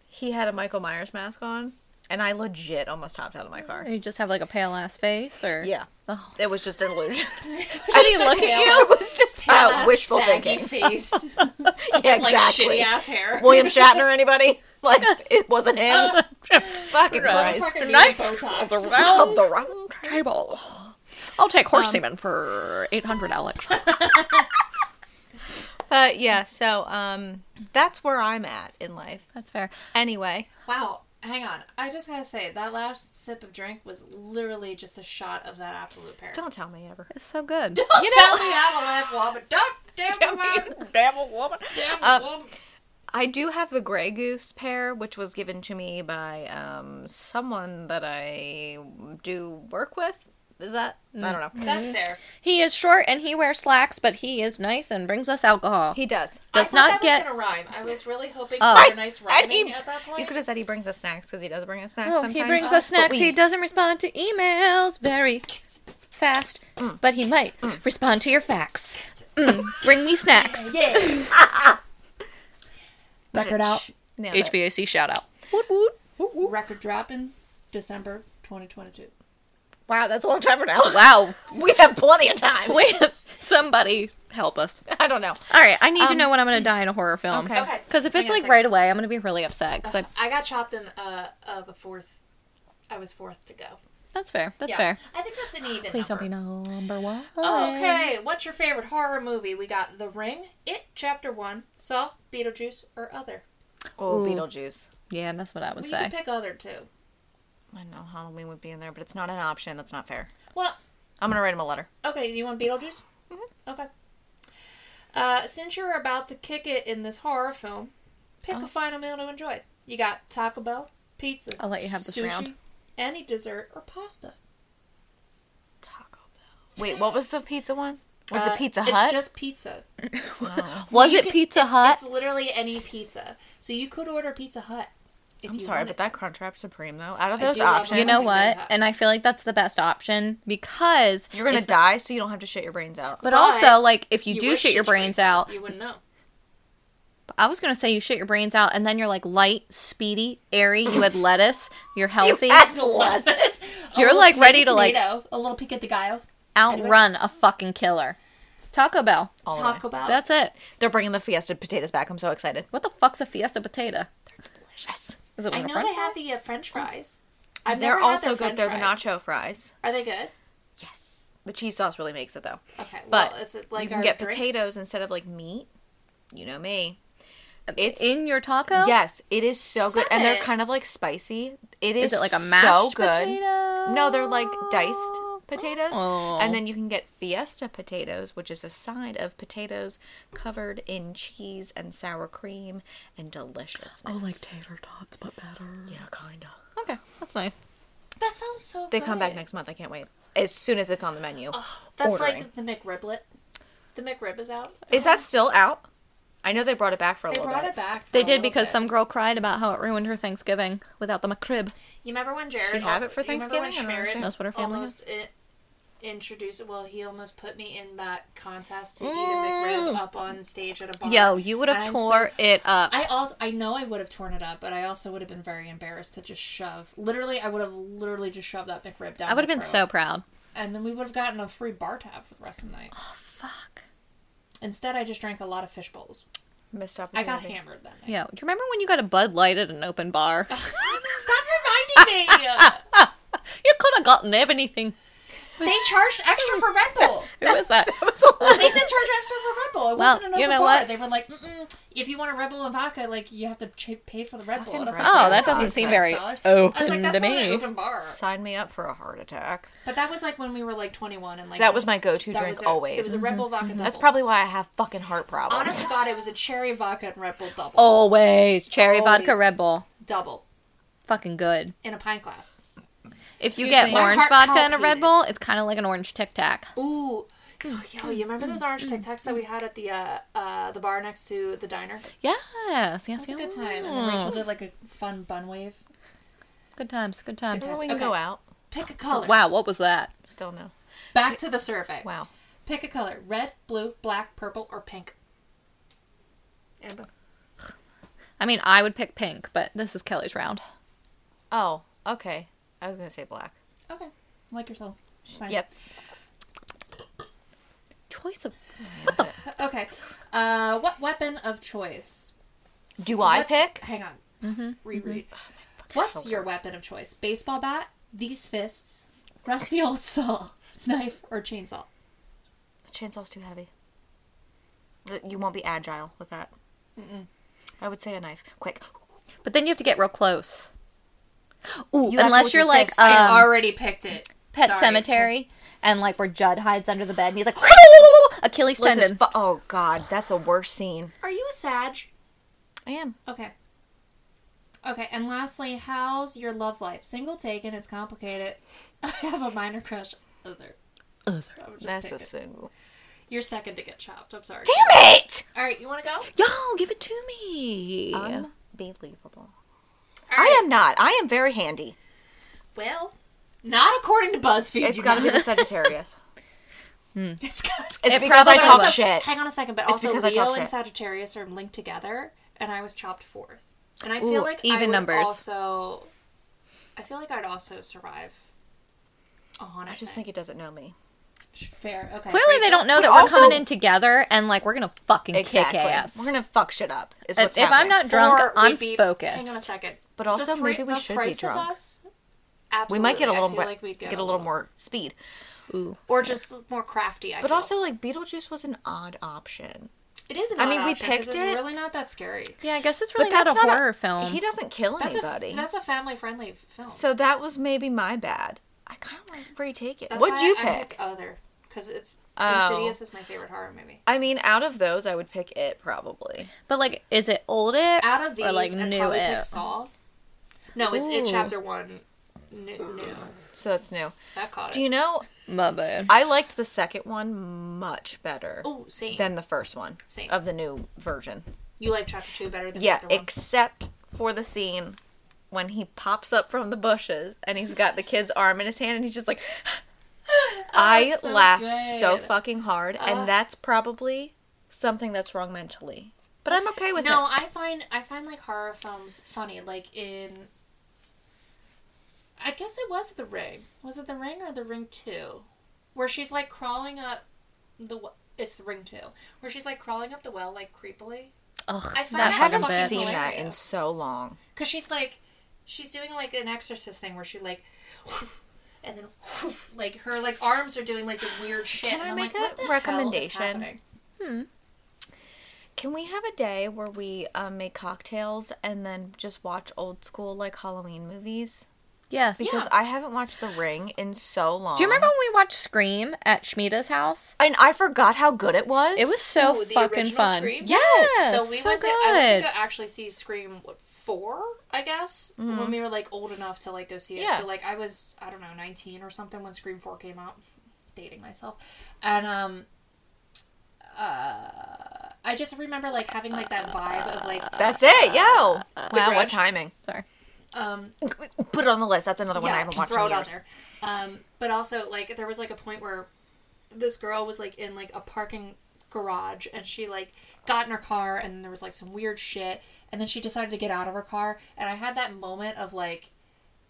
B: he had a Michael Myers mask on, and I legit almost hopped out of my car.
C: You just have like a pale ass face, or
B: Yeah.
C: Oh.
B: It was just an illusion.
A: Just
B: didn't
A: the
B: look at
A: pale
B: you. It
A: ass-
B: was just
A: pale
B: uh,
A: ass
B: wishful
A: saggy
B: thinking.
A: Face.
B: Yeah,
A: like shitty
B: exactly.
A: ass hair.
B: William Shatner, anybody? Like it wasn't him. Fucking Christ.
A: Fucking need
C: Nice.
A: Botox.
B: Of the round table.
C: table. I'll take horse semen for eight hundred, Alex.
B: But Uh, yeah, so um, that's where I'm at in life.
C: That's fair.
B: Anyway,
A: Wow. Hang on. I just gotta say that last sip of drink was literally just a shot of that absolute pear.
B: don't tell me ever.
C: It's so good.
A: you tell me how to live, woman. Don't damn tell
B: Damn a woman.
A: Damn woman. Uh,
B: I do have the Grey Goose pair, which was given to me by um, someone that I do work with.
C: Is that? I don't know.
D: That's fair.
C: He is short and he wears slacks, but he is nice and brings us alcohol.
B: He does.
A: I
C: does
A: thought
C: not
A: that was
C: get.
A: gonna rhyme. I was really hoping
C: Oh.
A: for a nice rhyming
B: he-
A: at that point.
B: You could have said he brings us snacks because he does bring us snacks
C: Oh,
B: sometimes.
C: he brings us snacks. He doesn't respond to emails very fast, but he might respond to your facts. Mm, bring me snacks.
A: yeah.
C: Record out.
B: Nailed it.
C: HVAC shout out.
A: Record drop in December 2022.
B: Wow, that's a long time from now.
C: Wow.
B: we have plenty of time.
C: Wait, somebody help us.
B: I don't know.
C: All right, I need to know when I'm going to die in a horror film.
B: okay.
A: Okay.
C: Because if
A: Hang
C: it's
A: on a
C: like
A: second.
C: right away, I'm going to be really upset. Because
A: I got chopped in uh, uh the fourth. I was fourth to go.
C: that's fair. That's
A: Yeah.
C: fair.
A: I think that's an even.
C: Please
A: number. Oh,
C: don't be number one.
A: Okay, what's your favorite horror movie? We got The Ring, It Chapter 1, Saw, Beetlejuice, or Other.
B: Oh,
C: Ooh.
B: Beetlejuice.
C: Yeah, that's what I would
A: Well, you
C: say.
A: can pick Other too.
B: I know Halloween would be in there, but it's not an option. That's not fair.
A: Well,
B: I'm gonna write him a letter.
A: okay, you want Beetlejuice?
C: Mm-hmm.
A: Okay. Uh, since you're about to kick it in this horror film, pick
C: Uh-huh.
A: a final meal to enjoy. You got Taco Bell, pizza,
C: I'll let you have this
A: sushi,
C: round.
A: any dessert, or pasta.
B: Taco Bell. Wait, what was the pizza one? Was
A: Uh,
B: it Pizza
A: It's
B: Hut?
A: just pizza.
B: Wow.
C: Was it
A: can-
C: Pizza
A: it's-
C: Hut?
A: It's literally any pizza. So you could order Pizza Hut. If
B: I'm
A: you
B: sorry,
A: wanted
B: but that Crunchwrap Supreme though. Out of
A: I
B: those
A: do love
B: options,
A: it.
C: You know
A: It's really
C: what?
A: hot.
C: And I feel like that's the best option because
B: you're gonna
C: it's-
B: die, so you don't have to shit your brains out.
C: But,
A: But
C: also, like, if you,
A: to.
C: do
A: would
C: shit your brains out,
A: You wouldn't know.
C: I was gonna say you shit your brains out, and then you're like light, speedy, airy. You had lettuce. You're healthy.
A: lettuce.
C: You're,
A: little
C: like,
A: tomato-
C: ready to, like-
A: tomato, a little pico de gallo.
C: outrun a fucking killer. Taco Bell.
B: All the way.
A: Taco Bell.
C: That's it.
B: They're bringing the Fiesta potatoes back. I'm so excited.
C: What the fuck's a fiesta potato?
B: Delicious.
C: Is it
A: I
C: like a
A: know
C: french
A: they have the uh, French fries. I've
B: They're
A: never had
B: also
A: their
B: good.
A: French
B: They're
A: fries.
B: the nacho fries.
A: Are they good?
B: Yes. The cheese sauce really makes it though.
A: Okay.
B: But
A: well, is it like
B: you can
A: our
B: get
A: drink?
B: potatoes instead of like meat. You know me.
A: Um,
B: It's
C: in your taco?
B: yes, it is so good, and they're
A: Stop it.
B: kind of like spicy. It is.
C: Is it like a mashed
B: so good.
C: potato?
B: No, they're like diced potatoes,
C: Oh.
B: and then you can get fiesta potatoes, which is a side of potatoes covered in cheese and sour cream and deliciousness.
C: Oh, like tater tots, but better.
B: yeah, kinda.
C: Okay, that's nice.
A: That sounds so.
B: They
A: good.
B: come back next month. I can't wait. As soon as it's on the menu,
A: That's
B: ordering.
A: like the McRiblet. The McRib is out.
B: is that still out? I know they brought it back for a
A: They
B: little
A: brought
B: bit.
A: it back. for
C: They
A: a
C: did
A: little
C: because
A: bit.
C: some girl cried about how it ruined her Thanksgiving without the McRib.
A: You remember when Jared?
B: Should have it for
A: you remember when
B: Thanksgiving? I
A: Schmerit
B: don't understand.
C: That's what her family
A: almost i- introduced. Well, he almost put me in that contest to eat a McRib
B: Mm.
A: up on stage at a bar.
C: Yo, you would have
A: Oh, I'm so
C: tore it up.
A: I also I know I would have torn it up, but I also would have been very embarrassed to just shove. Literally, I would have literally just shoved that McRib down.
C: I would have
A: my
C: been so
A: throat.
C: proud.
A: And then we would have gotten a free bar tab for the rest of the night.
C: Fuck.
A: Instead, I just drank a lot of fish bowls.
B: Missed
A: I
B: opportunity.
A: got hammered that night.
C: Yo, do you remember when you got a Bud Light at an open bar?
A: Stop reminding me.
C: you could have gotten anything.
A: they charged extra for Red Bull.
C: Who was that?
A: They did charge extra for Red Bull. It
C: Well,
A: wasn't an open
C: you know
A: bar.
C: what?
A: They were like, Mm-mm, if you want a Red Bull and vodka, like you have to ch- pay for the Red Bull. And I was
B: Red
A: like,
B: Bull.
C: Oh, that doesn't
A: "That's
C: seem
A: $6."
C: very
A: I was like,
C: open
A: that's
C: to
A: not an
C: me.
A: open bar.
B: Sign me up for a heart attack.
A: But that was like when we were like 21 and like
B: That was my go-to
A: That
B: drink
A: was it.
B: always.
A: It was a Red Bull vodka double.
B: That's probably why I have fucking heart problems.
A: honest to God. It was a cherry vodka and Red Bull double.
C: Oh. Always cherry
A: Always.
C: vodka Red Bull.
A: Double
C: Fucking good.
A: in a pint glass.
C: If you
B: Excuse
C: get
B: me. My
C: orange
A: heart
C: vodka and a
A: palpitated.
C: Red Bull, it's kind of like an orange Tic Tac.
A: Ooh. Oh, yo, you remember those orange Tic Tacs that we had at the uh, uh, the bar next to the diner?
C: Yes,
A: It
C: yes, yes.
A: was a good time. And then Rachel did like a fun bun wave.
C: Good times, good times.
A: times.
B: Well, we can
A: Okay.
B: go out.
A: Pick a color.
C: Wow, what was that?
B: Don't know.
A: Back to the survey.
B: Wow.
A: Pick a color: red, blue, black, purple, or pink. Amber.
C: I mean, I would pick pink, but this is Kelly's round.
B: Oh, okay. I was gonna say black.
A: Okay. Like yourself. Fine.
B: Yep.
C: Choice of
A: Okay. Uh, what weapon of choice
B: Do I
A: What's-
B: pick?
A: Hang on. Reread. What's your weapon of choice? Baseball bat, these fists, rusty old saw, knife, or chainsaw?
B: Chainsaw's too heavy. But You won't be agile with that. I would say a knife. Quick.
C: But then you have to get real close. Ooh,
B: You have to
C: unless
B: with
C: you're
B: your
C: like
B: fist.
C: um,
A: I already picked it.
C: Pet
A: Sorry.
C: Cemetery, and like where Judd hides under the bed, and he's like Achilles
B: Splits his
C: tendon.
B: fu- oh God, that's the worst scene.
A: Are you a Sag?
B: I am.
A: Okay. Okay, and lastly, how's your love life? Single, taken, it's complicated. I have a minor crush Other.
C: Other.
A: I would just
B: That's
A: pick
B: a
A: it.
B: single.
A: You're second to get chopped. I'm sorry.
B: Damn it!
A: All right, you want to go? All
C: Y'all, give it to me.
B: Unbelievable.
A: right.
B: I am not. I am very handy.
A: Well, not according to BuzzFeed.
B: It's
A: you
B: got to be
A: guys.
B: the Sagittarius.
A: It's got.
B: It's
C: It
B: because I
C: probably
A: But
B: talk
A: also-
B: Oh, shit.
A: Hang on a second, but
B: It's
A: also
B: because I
A: Leo
B: talk
A: and
B: shit.
A: Sagittarius are linked together, and I was chopped fourth. And I
C: Ooh,
A: feel like
C: even
A: I would
C: numbers.
A: Also, I feel like I'd also survive. On
B: I just think he doesn't know me.
A: fair. Okay.
C: Clearly, they don't know that
B: also-
C: we're coming in together and like we're gonna fucking kick ass.
B: We're gonna fuck shit up. Is
C: If-
B: what's
C: if I'm
B: happening.
C: not drunk,
A: Or
C: I'm
A: we'd be- Hang on a
C: focused.
A: second.
B: But also,
A: The
B: maybe we
A: the
B: should be
A: thrice of
B: drunk.
A: us?
B: we might get a
A: Absolutely. I
B: little
A: feel
B: more,
A: like we'd
B: get, a little more speed.
C: Ooh.
A: or just more crafty. I
B: But
A: feel.
B: also, like Beetlejuice was an odd option.
A: it is. An
B: I
A: odd
B: mean, we
A: option 'cause
B: picked
A: it's
B: it.
A: Really not that scary.
C: Yeah, I guess it's
B: But
C: really not a
B: that's
C: horror film.
B: He doesn't kill
A: That's
B: anybody.
A: a that's a family friendly film.
B: so that was maybe my bad. I kind of want to retake it.
A: That's
B: What'd
A: why
B: you
A: I
B: pick?
A: pick other because it's
B: Oh.
A: Insidious is my favorite horror movie.
B: I mean, out of those, I would pick it probably.
C: But like, is it old it
A: Out of these,
C: or like
A: I'd
C: new
A: probably
C: it?
A: pick Saw. No, it's it
C: Ooh.
A: chapter one. New, new.
B: So that's new.
A: that caught
B: Do
A: it.
B: you know?
C: My bad.
B: I liked the second one much better
A: Oh, same.
B: than the first one
A: Same.
B: of the new version.
A: you like chapter two better than
B: Yeah,
A: chapter one.
B: except for the scene when he pops up from the bushes and he's got the kid's arm in his hand and he's just like I
A: so
B: laughed Oh, so
A: good.
B: fucking hard
A: Uh.
B: and that's probably something that's wrong mentally. But I'm okay with
A: no,
B: it.
A: I find I find like horror films funny. Like in, I guess it was The Ring. Was it The Ring or The Ring Two, where she's like crawling up the. w- It's The Ring Two, where she's like crawling up the well like creepily.
C: Ugh,
A: I find
B: I
A: that
B: haven't
A: fucking
B: seen that in
A: hilarious.
B: so long.
A: Cause she's like, she's doing like an exorcist thing where she like, and then like her like arms are doing like this weird shit.
B: Can
A: and
B: I
A: I'm
B: make
A: like,
B: a
A: what the hell is
B: recommendation?
A: happening?
B: Can we have a day where we um, make cocktails and then just watch old school like Halloween movies?
C: Yes.
B: Because I haven't watched The Ring in so long.
C: Do you remember when we watched Scream at Schmieda's house?
B: And I forgot how good it was.
C: It was so
A: Ooh, the
C: fucking
A: original
C: fun.
A: Scream?
C: Yes.
A: So we went to I went to go actually see Scream what, four, I guess,
C: Mm-hmm.
A: when we were like old enough to like go see it.
B: Yeah.
A: So like I was I don't know nineteen or something when Scream four came out. Dating myself, and um, uh, I just remember like having like that vibe of like
B: That's it,
A: Uh,
B: yo. wow, what
A: Grudge.
B: timing.
C: Sorry.
A: um
B: Put it on the list. That's another one I haven't
A: just
B: watched.
A: Throw
B: in
A: it out
B: years.
A: there. Um, but also, like, there was like a point where this girl was like in like a parking garage, and she like got in her car, and there was like some weird shit, and then she decided to get out of her car, and I had that moment of like.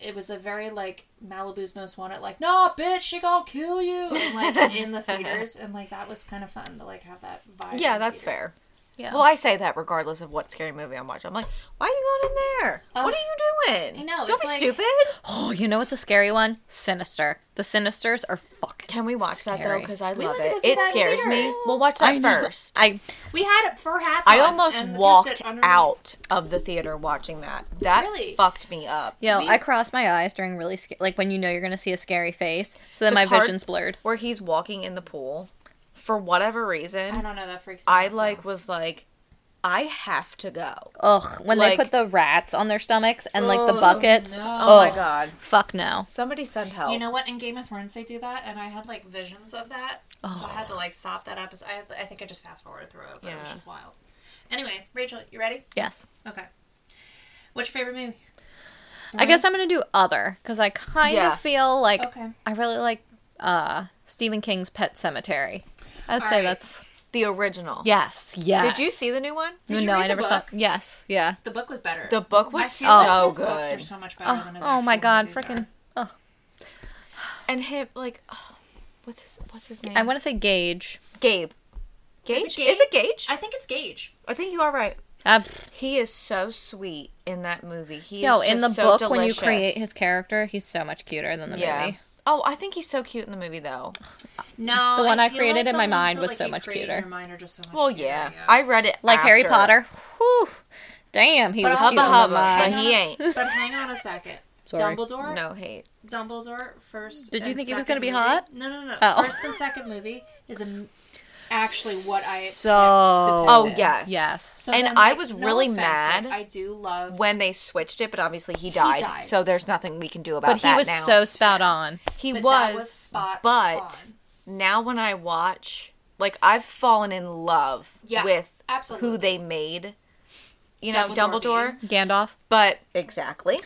A: It was a very like Malibu's Most Wanted, like nah, bitch, she gonna kill you, and, like in the theaters, and like that was kind of fun to like have that vibe.
B: Yeah,
A: in
B: that's
A: theaters.
B: fair.
C: Yeah.
B: Well, I say that regardless of what scary movie I'm watching. I'm like, why are you going in there? what
A: Uh,
B: are you doing?
A: I know,
B: Don't
A: it's
B: be
A: like-
B: stupid.
C: Oh, you know what's a scary one? Sinister. The Sinisters are fucking.
B: Can we watch that though?
C: Scary.
B: Because I
A: We
B: love
A: went to
B: it.
A: go see
B: It
A: that in
B: scares me.
A: theaters.
B: We'll watch that
C: I know.
B: first.
C: I
A: We had fur hats.
B: I
A: on,
B: almost
A: and we
B: walked
A: looked at underneath.
B: out of the theater watching that. That
A: Really?
B: fucked me up.
C: yo,
A: We-
C: I cross my eyes during really sca- like when you know you're gonna see a scary face, so then
B: The
C: my
B: part
C: vision's blurred.
B: Where he's walking in the pool, for whatever
A: I
B: reason,
A: don't know that freaks. me
B: I,
A: out, so.
B: like was like, I have to go.
C: Ugh, when
B: Like-
C: they put the rats on their stomachs and like the
A: Oh,
C: buckets.
A: no.
B: Oh
C: Ugh,
B: my god.
C: Fuck no.
B: Somebody send help.
C: Oh.
A: You know what? In Game of Thrones, they do that, and I had like visions of that, so I had to like stop that episode. I, had, I think I just fast forwarded through it, but it was
B: Yeah.
A: just wild. Anyway, Rachel, you ready?
C: Yes.
A: Okay. What's your favorite movie?
C: I guess I'm gonna do other because I kind
B: Yeah.
C: of feel like
A: Okay.
C: I really like uh Stephen King's Pet Cemetery. I'd
A: All
C: say
A: right.
C: that's
B: the original.
C: yes, yes.
B: Did you see the new one?
A: Did
C: No,
A: you
C: no,
A: read
C: I
A: the
C: never saw.
A: book?
C: Yes, yeah.
A: The book was better.
B: The book was
A: I feel like
B: so
A: his books are
B: good.
A: so much better
C: Oh,
A: than his
C: oh my
A: actual
C: god,
A: movies are.
C: freaking! Oh,
B: and him like oh, what's his what's his name?
C: I want to say Gage.
B: Gabe. Gage?
A: it
B: Is
A: Gabe?
B: it Gage? I,
A: I think it's Gage.
B: think you are right.
C: Uh,
B: He is so sweet in that movie. He
C: yo,
B: is
C: in the
B: just so
C: book, when you
B: delicious.
C: create his character, he's so much cuter than the
B: yeah.
C: movie.
B: Oh, I think he's so cute in the movie though.
A: No,
C: The one I
A: feel
C: created
A: like
C: in
A: the
C: my
A: ones
C: mind
A: that,
C: was
A: like,
C: so
A: you
C: much
A: create in
C: cuter.
A: Your mind are just so much
B: Well,
A: cuter,
B: yeah. I read it
C: Like Harry
B: after.
C: Potter. Whew. Damn, he
A: But
C: was
A: also-
C: cute Oh in
B: Hubba
C: the
A: Hang
B: hubba.
C: mind.
A: on
B: He
A: a-
B: ain't.
A: But hang on a second.
C: Sorry.
A: Dumbledore.
B: No hate.
A: Dumbledore first.
C: Did you
A: and
C: think he was
A: second
C: gonna be
A: movie-
C: hot?
A: No, no, no.
C: Oh.
A: First and second movie is a m- actually what I.
C: So.
B: Oh, yes.
C: Yes.
A: So
B: and
A: then,
B: I
A: like,
B: was
A: no
B: really
A: offense,
B: mad
A: Like, I do love.
B: when they switched it, but obviously he died.
A: died.
B: So there's nothing we can do about
C: But he
B: that
C: was
B: now.
C: so spout on.
B: he
A: but
B: was,
A: that was spot
B: but now when I watch, like I've fallen in love
A: Yeah,
B: with
A: absolutely.
B: who they made. You know,
A: Dumbledore
B: Dumbledore,
A: being-
C: Gandalf.
B: but exactly.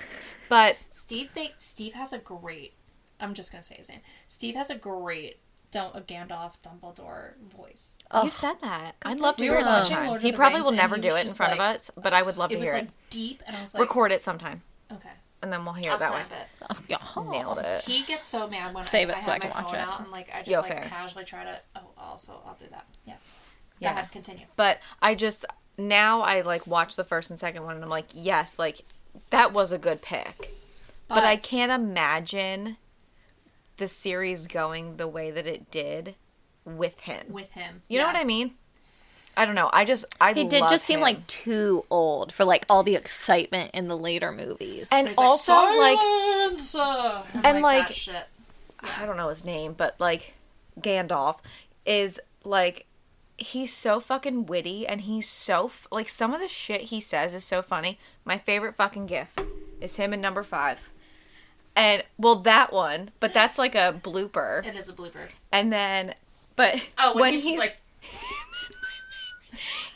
B: But
A: Steve baked. Steve has a great. I'm just gonna say his name. Steve has a great. Don't a Gandalf Dumbledore voice.
B: you've said that. I'd love to
A: We
B: hear
A: were
B: it
A: watching
B: sometime.
A: Lord of
B: He
A: the
B: probably
A: Rings
B: will
A: and
B: never
A: he
B: do
A: was
B: it in
A: just
B: front
A: like-
B: of us, but I would love
A: It
B: to
A: was
B: hear
A: like
B: it.
A: deep, and I was like,
B: Record it sometime,
A: okay,
B: and then we'll hear
A: I'll
B: it that way.
A: snap it.
C: Oh, yeah.
B: Nailed it.
A: He gets so mad when
C: Save
A: I,
C: it
A: I
C: so
A: have
C: I can
A: my
C: watch
A: phone
C: it.
A: out and like I just
B: Yo,
A: like
B: fair.
A: casually try to. Oh, also I'll do that. Yeah.
B: Yeah.
A: Go ahead, continue.
B: But I just now I like watch the first and second one, and I'm like, yes, like that was a good pick. but I can't imagine the series going the way that it did with him.
A: with him.
B: you know what I
A: yes.
B: mean? I don't know. I just I
C: He did
B: love
C: just seem
B: him.
C: like too old for like all the excitement in the later movies.
B: and
A: He's
B: also like
A: "Silence!" and,
B: and,
A: like,
B: like,
A: that shit.
B: I don't know his name, but like Gandalf is like he's so fucking witty and he's so f- like some of the shit he says is so funny. My favorite fucking gif is him in number 5. And well that one, but that's like a blooper.
A: It is a blooper.
B: And then but
A: Oh, when, he's, just like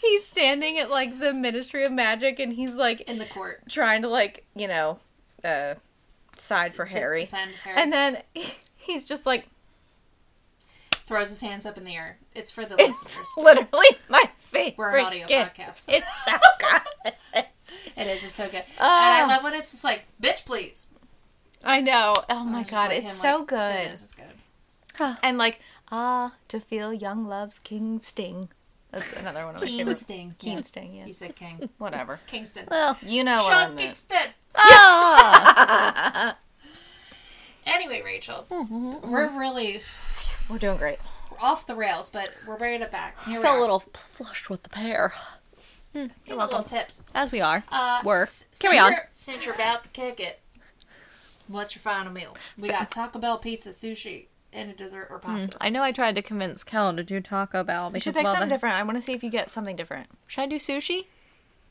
B: he's standing at like the Ministry of Magic and he's like
A: in the court.
B: trying to like you know uh side for Harry.
A: defend Harry.
B: and then he's just like
A: throws his hands up in the air. It's for the
B: it's
A: listeners.
B: literally my favorite
A: We're an audio
B: gif.
A: podcast.
B: It's so good.
A: It is. It's so good. and I
B: Ah.
A: love when it's just like, bitch, please.
B: I know. Oh
A: And
B: my
A: it's just,
B: god,
A: like,
B: it's
A: him,
B: so
A: like, It
B: good.
A: is. It's good.
B: And like ah, to feel young love's king sting. That's another one of my favorites.
A: Kingston.
B: King sting, yeah.
A: You said King.
B: Whatever.
A: Kingston.
C: well,
B: You know what I
A: Sean
B: meant.
A: Kingston.
C: ah!
A: Anyway, Rachel,
B: Mm-hmm,
A: we're really
B: We're doing great.
A: off the rails, but we're bringing it back. Here
C: I
A: we
C: felt
A: are.
C: a little flushed with the pear,
A: Give a little tips.
C: as we are.
A: Uh,
C: Were.
A: s-
C: Carry
A: since
C: on.
A: you're- since you're about to kick it, what's your final meal? We got Taco Bell, pizza, sushi, and a dessert
B: Mm,
A: or pasta.
C: I know I tried to convince Kel to do Taco Bell
B: We
C: because
B: should pick
C: well,
B: something
C: the-
B: different. I want to see if you get something different.
C: should I do sushi?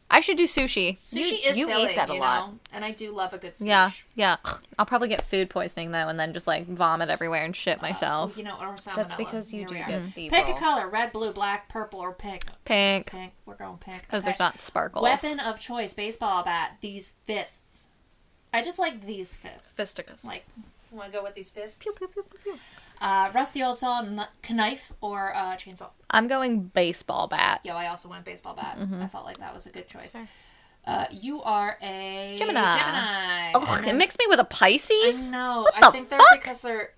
C: I should do sushi.
A: Sushi
B: You-
A: is
B: you eat
A: filling,
B: that a
A: you
B: lot.
A: know, and I do love a good sushi.
C: Yeah, yeah. I'll probably get food poisoning though, and then just like vomit everywhere and shit myself.
A: You know, or salmonella.
B: That's because you
A: Here
B: do
A: we are.
B: get the
A: Pick a
B: roll.
A: color: red, blue, black, purple, or pink.
C: Pink,
A: Pink. We're going pink.
C: because there's
A: Okay.
C: not sparkles.
A: Weapon of choice: baseball bat. These fists. I just like these fists.
B: Fisticus.
A: Like, want to go with these fists? Uh, rusty old saw, kn- knife, or uh, chainsaw.
C: I'm going baseball bat.
A: Yo, I also went baseball bat.
B: Mm-hmm.
A: I felt like that was a good choice.
B: fair.
A: Uh, you are a
C: Gemini.
A: Gemini.
C: Ugh,
A: And
C: it
A: then-
C: mixed me with
A: I
C: a Pisces.
A: know.
C: What
A: I
C: the
A: think they're
C: fuck?
A: because they're.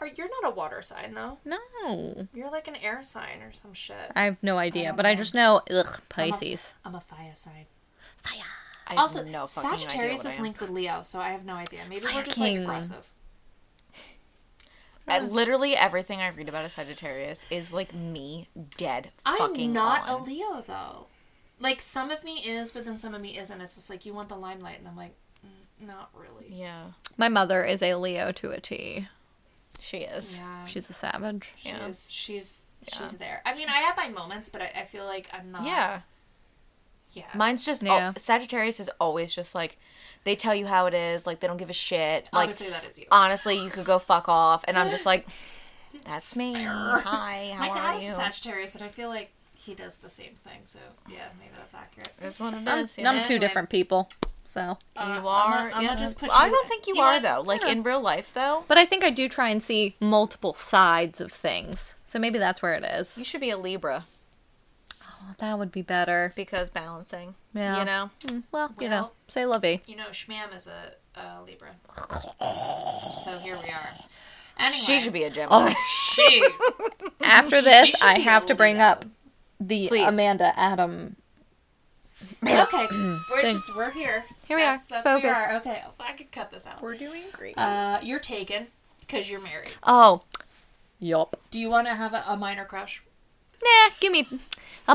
A: Or you're not a water sign though.
C: No,
A: You're like an air sign or some shit.
C: I have no idea,
A: don't
C: but I
A: know. Uh-huh.
C: just know ugh, Pisces.
A: I'm a fire sign.
B: I have
A: Also,
B: no fucking idea
A: Sagittarius
B: what I
A: is
B: am.
A: linked with Leo, so I have no idea. Maybe we're
C: Fire
A: just like
C: king.
A: aggressive.
B: I- literally everything I read about a Sagittarius is like me dead fucking
A: I'm not
B: on.
A: a Leo though. Like some of me is, but then some of me isn't. It's just like you want the limelight, and I'm like, mm, not really.
B: yeah,
C: My mother is a Leo to a T.
B: she is.
A: Yeah, she's
C: She's a savage.
B: yeah.
A: she's she's, there. I mean, I have my moments, but I, I feel like I'm not.
B: Yeah.
A: yeah.
B: Mine's just al-
C: Yeah.
B: Sagittarius is always just like they tell you how it is, like they don't give a shit. Like um,
A: Honestly, that is you.
B: honestly, you could go fuck off, and I'm just like, that's me. Hi, how
A: my dad
B: are
A: is
B: you?
A: a Sagittarius, and I feel like he does the same thing. So yeah, maybe that's accurate.
B: That's what it
C: I'm,
B: is, you know?
C: I'm two
A: Anyway.
C: different people, so.
B: You
A: Uh, I'ma-
B: are.
A: I'ma
B: yeah.
A: just put
B: I
A: you-
B: don't think
A: do
B: you,
A: you
B: are
A: want-
B: though. Like in real life, though,
C: But I think I do try and see multiple sides of things. So maybe that's where it is.
B: you should be a Libra
C: Oh, that would be better.
B: because balancing.
C: Yeah.
B: You know.
C: Mm, well, you know,
A: Well-
C: say lovey.
A: You know, Shmam is a, a Libra. So here we are. Anyway,
B: She should be a Gemini.
C: Oh,
A: She.
C: after
A: She
C: this,
A: should
C: I
A: be
C: have
A: a
C: to bring
A: Leo.
C: up the
B: Please.
C: Amanda Adam.
A: okay, we're just we're here.
C: Here we
A: That's-
C: are.
A: That's who
C: Focus.
A: we are. Okay, I could cut this out.
B: doing great.
A: Uh, you're taken because you're married.
C: Oh, yup.
A: Do you want to have a, a minor crush?
C: Nah, give me a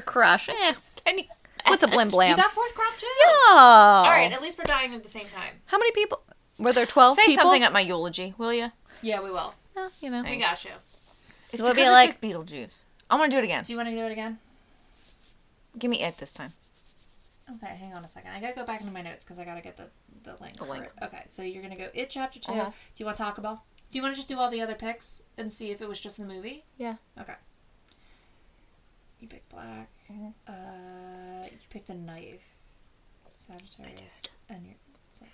C: crush. Eh, can you? What's a blim
A: You
C: blam?
A: got fourth crop too.
C: oh,
A: All right, at least we're dying at the same time.
C: how many people? Were there twelve
B: Say
C: Oh, people?
B: something at my eulogy, will you?
A: Yeah, we will.
C: Oh, you know,
A: We got you.
B: It's
C: It'll be
B: because I
C: like-
B: picked Beetlejuice. I want to do it again.
A: Do you want to do it again?
B: Give me it this time.
A: Okay, hang on a second. I gotta go back into my notes because I gotta get the, the link.
B: The
A: for
B: link.
A: it. Okay, so you're gonna go it chapter 2
B: Uh-huh.
A: Do you want to talk about? Do you want to just do all the other picks and see if it was just in the movie?
B: Yeah.
A: Okay. You picked black.
B: Mhm.
A: Uh, you picked a knife. Sagittarius. And you're so,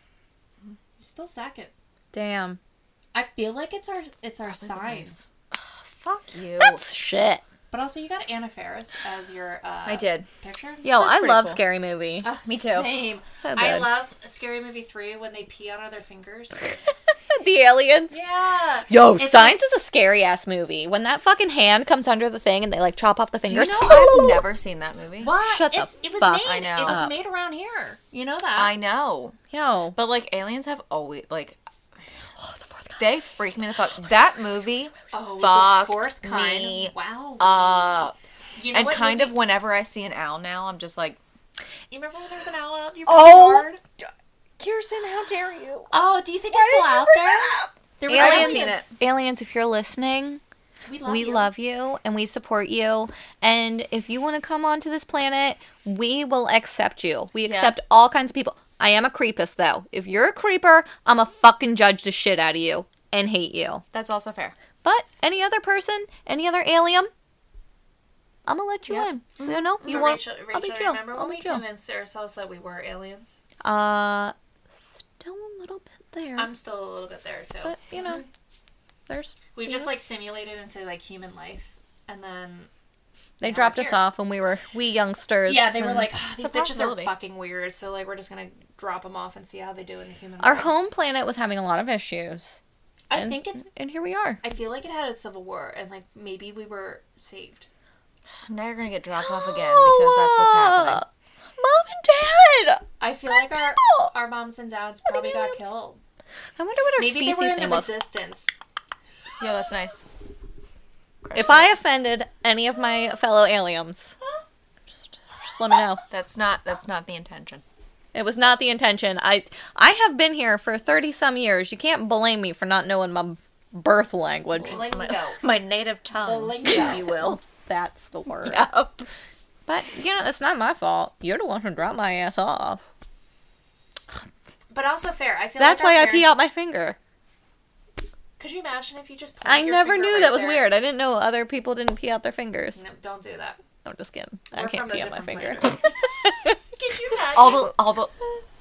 B: Mm-hmm.
A: you're still second.
C: Damn.
A: I feel like it's our it's our sign.
B: Fuck you.
C: That's shit.
A: But also, you got Anna Faris as your uh,
B: I did.
A: picture.
C: Yo,
B: That's
C: I
B: pretty
C: love
B: cool.
C: scary movie.
A: Oh,
B: me too.
A: Same.
C: So
A: I
C: good.
A: love Scary Movie three when they pee out of their fingers.
C: the aliens.
A: yeah.
C: Yo,
A: It's
C: Signs is a scary ass movie. When that fucking hand comes under the thing and they like chop off the
B: Do you
C: fingers.
B: know I've never seen that movie?
A: What?
C: Shut the
A: it's, it was
C: fuck
A: made.
B: I know.
A: It was
B: up.
A: made around here. You know that.
B: I know.
C: Yo.
B: But like aliens have always like Oh, they freak me the fuck. That movie
A: oh,
B: fucked
A: the fourth kind.
B: me
A: Wow.
B: up.
A: you know
B: uh, And
A: what
B: kind
A: movie-
B: of whenever I see an owl now, I'm just like,
A: You remember when there was an owl out in your
B: Oh.
A: backyard?
B: Kirsten, how dare you?
A: Oh, do you think it's still out there? There was
B: haven't
C: Aliens,
B: seen
A: aliens.
C: aliens, if you're listening,
A: We love
C: we
A: you.
C: love you and we support you. And if you want to come onto this planet, we will accept you. We accept all kinds of people. I am a creepist though. If you're a creeper, I'm a fucking judge the shit out of you and hate you.
B: That's also fair.
C: But any other person, any other alien, I'm gonna let you
B: Yep.
C: in. You know, you
A: But
C: want?
A: Rachel,
C: I'll be
A: Rachel,
C: chill.
A: remember when
C: I'll
A: we
C: be chill.
A: convinced ourselves that we were aliens?
C: Uh, still a little bit there,
A: I'm still a little bit there too.
C: but you know, there's.
A: We've just like simulated into like human life, and then
C: They
A: Now
C: dropped
A: we're
C: us
A: here.
C: off when we were we youngsters.
A: yeah, they were
C: and
A: like, "Ah,
B: It's
A: these
B: a
A: bitches are
B: possibility.
A: fucking weird, so like we're just gonna drop them off and see how they do in the human.
C: our
A: world."
C: home planet was having a lot of issues.
A: I
C: and- mm-hmm.
A: think it's.
C: and here we are.
A: I feel like it had a civil war, and like maybe we were saved.
B: Now you're gonna get dropped off again because that's what's happening.
C: Mom and Dad.
A: I feel like our
C: people.
A: our moms and dads probably got
C: aliens?
A: killed.
C: I wonder what our
A: Maybe they
C: species
A: were in the
C: name was.
A: resistance.
B: Yeah, that's nice.
C: If I offended any of my fellow aliens, just, just let me know.
B: That's not that's not the intention.
C: It was not the intention. I I have been here for thirty some years. You can't blame me for not knowing my birth language.
A: Lingo.
B: My native
A: The
B: tongue, if
A: lingo.
B: you will.
C: That's the word.
B: Yup.
C: But you know, it's not my fault. You're the one who dropped my ass off.
A: But also fair. I feel
C: That's
A: like
C: why
A: our
C: I pee
A: parents-
C: out my finger.
A: Could you imagine if you just? pointed
C: I
A: your
C: never
A: finger
C: knew
A: right
C: that was
A: there?
C: weird. I didn't know other people didn't pee out their fingers.
A: No, don't do that.
C: I'm just kidding. I
A: We're
C: can't
A: from a
C: pee out my
A: different
C: finger. Oh
A: planet. Could you imagine?
B: All the all the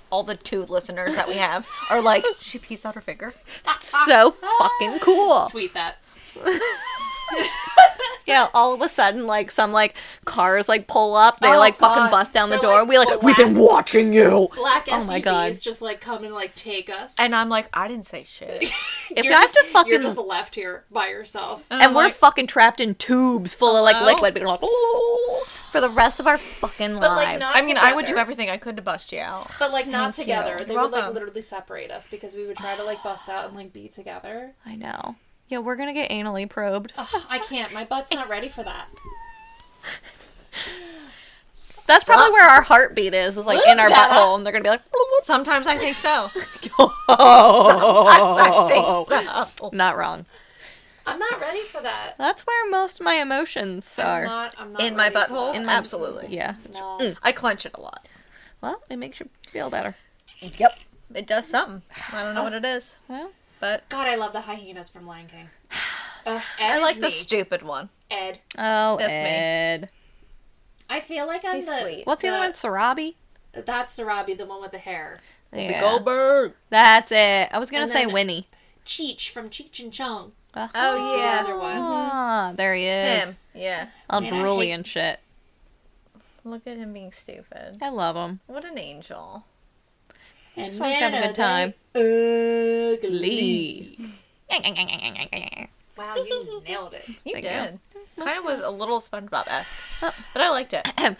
B: all the two listeners that we have are like, she pees out her finger.
C: so fucking cool.
A: tweet that.
C: Yeah, all of a sudden, like some like cars like pull up, they
A: Oh,
C: like
A: God.
C: fucking bust down the
A: They're,
C: door.
A: like,
C: we like we've been watching you.
A: Black
C: Oh
A: SUVs
C: my God.
A: just like come and like take us.
B: And I'm like, I didn't say shit.
C: If
A: You're
C: I have
A: just-
C: to fucking
A: you're just left here by yourself.
C: and we're
B: like-
C: fucking trapped in tubes full of like
B: Hello?
C: liquid, being like "Ooh," for the rest of our fucking
A: But, like,
C: lives.
A: not-
B: I mean, I would do
A: Together.
B: everything I could to bust you out.
A: But like not
C: Thank
A: together.
C: you.
A: They
B: You're
A: would like
B: welcome.
A: literally separate us because we would try to like bust out and like be together.
C: I know. Yeah, we're gonna get anally probed.
A: Ugh, I can't. My butt's not ready for that.
C: That's probably where our heartbeat is. Is like in our
A: that
C: butthole, and they're gonna be like,
B: Sometimes I think so. Sometimes
C: oh,
B: I think so.
C: not wrong.
A: I'm not ready for that.
C: That's where most of my emotions
A: I'm
C: are.
A: not. I'm not
B: In my
A: ready for
B: butthole?
A: that.
B: In my- Mm. Absolutely.
C: Yeah.
A: No.
B: I clench it a lot.
C: Well, it makes you feel better.
B: Yep. It does something. I don't know what it is,
C: Well,
B: but
A: God, I love the hyenas from Lion King. Ugh, Ed
B: I
A: is
B: like the
A: me.
B: stupid one.
A: Ed.
C: oh,
B: That's me.
C: Ed.
A: I feel like I'm
B: He's
A: the.
B: sweet.
C: What's the, other one? Sarabi.
A: That's Sarabi, the one with the hair.
C: Yeah.
B: Goldberg.
C: That's it. I was gonna
A: And
C: say
A: then-
C: Winnie.
A: Cheech from Cheech and Chong.
C: Uh-huh.
A: That's
B: Oh, yeah.
A: the other one.
C: Ah, there he is.
B: Him. Yeah.
C: All
A: Man, I
C: drooly
A: hate-
C: and shit.
B: Look at him being stupid.
C: I love him.
B: What an angel.
A: He
C: just wants to have a good time.
A: Ugly.
C: Lee. Oh,
A: Wow, you nailed it.
B: You
C: Thank
B: did. Oh.
C: you.
B: Kind of was a little SpongeBob esque, but I liked it.
A: Eh,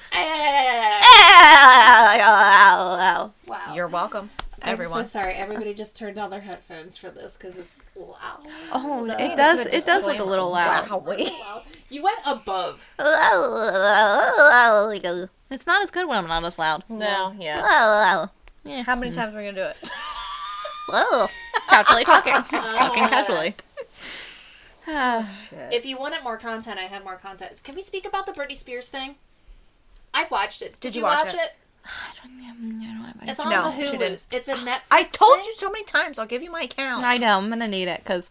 A: wow.
B: You're welcome, everyone.
A: I'm so sorry. Everybody just turned on their headphones for this because it's loud.
C: Oh, it does.
B: Good
C: It does look a little
B: disclaimer.
C: loud.
B: Wowee.
A: Loud. You went above.
C: It's not as good when I'm not as loud.
B: No, yeah.
C: Yeah.
B: How many times are we gonna do it?
C: Casually talking. Talking casually.
B: Shit.
A: If you wanted more content, I have more content. Can we speak about the Britney Spears thing? I watched it. Did,
B: you watch it?
C: I don't, I don't have
A: It's on
B: No,
A: the
B: she
A: Hulu's.
B: didn't.
A: It's a Netflix.
B: I told
A: thing.
B: you so many times. I'll give you my account.
C: I know. I'm gonna need it because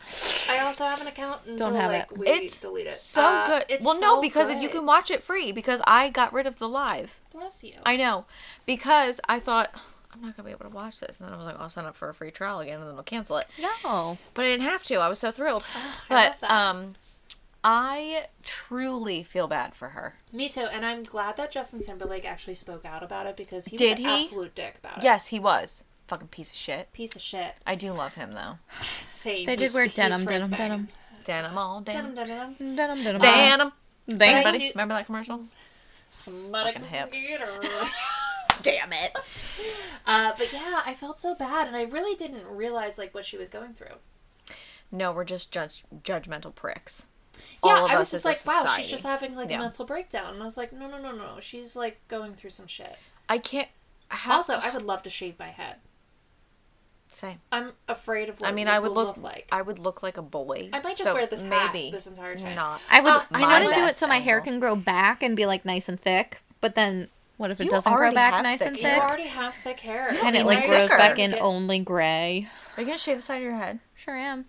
A: I also have an account until
C: Don't have
A: like
C: it.
A: we
B: it's
A: delete it.
B: so
A: Uh,
B: good.
A: It's
B: well, no,
A: so
B: because
A: good.
B: you can watch it free because I got rid of the live.
A: Bless you.
B: I know because I thought I'm not gonna be able to watch this, and then I was like, I'll sign up for a free trial again, and then they'll cancel it.
C: no.
B: But I didn't have to. I was so thrilled.
A: Oh, I love
B: but
A: that.
B: um, I truly feel bad for her.
A: Me too, and I'm glad that Justin Timberlake actually spoke out about it because he was
B: Did
A: an
B: he?
A: absolute dick about it.
B: Yes, he was fucking piece of shit.
A: Piece of shit.
B: I do love him though.
A: Same.
C: They did wear
A: He
C: denim,
A: throws
C: denim,
A: back.
C: denim.
B: Denim all
A: Denim,
B: denim.
A: denim, denim.
C: Denim, denim, denim.
B: Denim.
C: Denim.
A: Uh, I
B: Everybody,
A: do-
B: remember that commercial?
A: Somebody
B: Fucking hip.
A: get her.
B: Damn it.
A: Uh, but yeah, I felt so bad, and I really didn't realize like what she was going through.
B: No, we're just judge- judgmental pricks.
A: Yeah,
B: All of
A: I
B: us
A: was just
B: as a
A: like, wow,
B: society.
A: she's just having like
B: Yeah.
A: a mental breakdown, and I was like, no, no, no, no, she's like going through some shit.
B: I can't. How,
A: Also, I would love to shave my head.
B: same.
A: I'm afraid of what
B: I mean,
A: it
B: I would
A: will
B: look,
A: like.
B: I would look like a boy.
A: I might just
B: so
A: wear this hat
B: maybe
A: this entire time.
B: Not.
C: I would.
A: Oh,
C: I want
B: my
C: to do it
B: best
C: so my hair
B: angle.
C: can grow back and be like nice and thick. But then, what if it
B: You
C: doesn't grow
B: already
C: back
B: have
C: nice
B: thick
C: and
A: You
C: thick?
B: hair.
A: already have thick hair,
C: And
B: See,
C: it
B: my
C: like
B: hair
C: grows
B: thicker.
C: back in
A: Get-
C: only gray.
B: Are you gonna shave the side of your head?
C: Sure am.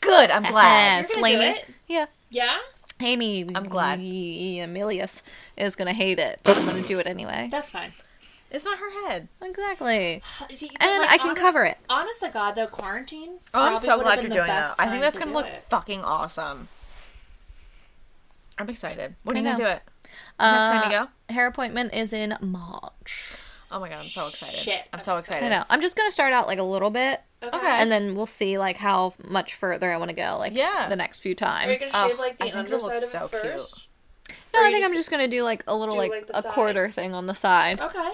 B: Good. I'm
A: You're
B: glad.
A: gonna do
C: Slaney.
A: it?
C: Yeah.
A: Yeah,
C: Amy,
B: I'm glad.
C: Amelius is gonna hate it, but I'm gonna do it anyway.
A: that's fine.
B: it's not her head.
C: Exactly.
A: See, but,
C: And
A: like,
C: I can
A: honest-
C: cover it.
A: Honest to God, though, quarantine.
B: Oh, I'm
A: probably
B: so
A: would've
B: glad
A: been
B: you're
A: the
B: doing that.
A: best
B: I
A: time
B: think that's
A: to
B: gonna
A: do
B: look
A: it.
B: fucking awesome. I'm excited. When are
C: I
B: you gonna do
C: know.
B: it? Next time you
C: Uh,
B: go?
C: Hair appointment is in March.
B: Oh my god, I'm so excited.
A: Shit,
B: I'm
A: I'm
B: so
A: excited.
B: excited.
C: I know. I'm just gonna start out like a little bit,
A: Okay.
B: Okay.
C: and then we'll see like how much further I want to go. Like
B: Yeah.
C: the next
A: Are
C: few
A: you
C: times.
A: gonna
B: Oh,
A: shave like
B: I
A: the
B: think it'll look
A: underside of it
B: so cute.
A: first?
C: no,
A: or
C: I
A: you
C: think
A: just
C: I'm just gonna do like a little
A: do,
C: like,
A: like, the
C: a
A: side?
C: quarter thing on the side
A: Okay.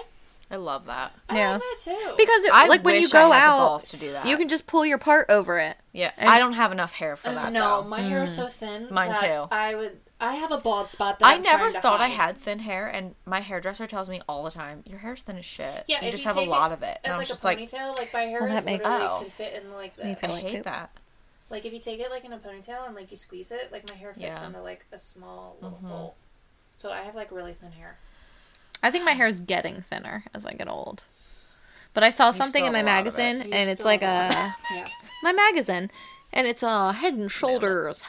B: I love that.
A: I
C: Yeah.
A: like that too.
C: because it,
B: Oh. I
C: like when you
B: wish
C: go
B: I had the
C: out,
B: balls to do that.
C: you can just pull your part over it.
B: Yeah,
C: and-
B: I don't have enough hair for
A: Oh,
B: that.
A: no,
B: though.
A: my hair is so thin.
B: Mm. Mine
A: that
B: too.
A: I would. I have a bald spot that
B: I
A: I'm
B: never
A: trying to
B: thought I
A: hide.
B: had thin hair, and my hairdresser tells me all the time, "Your hair's thin as shit.
A: Yeah,
B: you
A: if
B: just
A: you
B: have a
A: take it
B: lot of it."
A: It's
B: And I
A: like
B: was
A: a
B: just like,
A: ponytail. Like my hair
C: Well,
A: is
C: that makes-
A: literally
B: Oh.
A: can fit in like
C: me
A: this.
B: I
C: feel- like
B: hate
C: poop.
B: that.
A: Like if you take it like in a ponytail and like you squeeze it, like my hair fits
B: Yeah. Mm-hmm.
A: into like a small little hole. So I have like really thin hair.
C: I think my hair's getting thinner as I get old. But I saw something
B: still
C: in my
B: have a lot of it.
C: magazine,
A: You
C: and it's
A: still
C: like
A: have
C: a
A: lot. yeah.
C: my magazine, and it's uh Head and Shoulders.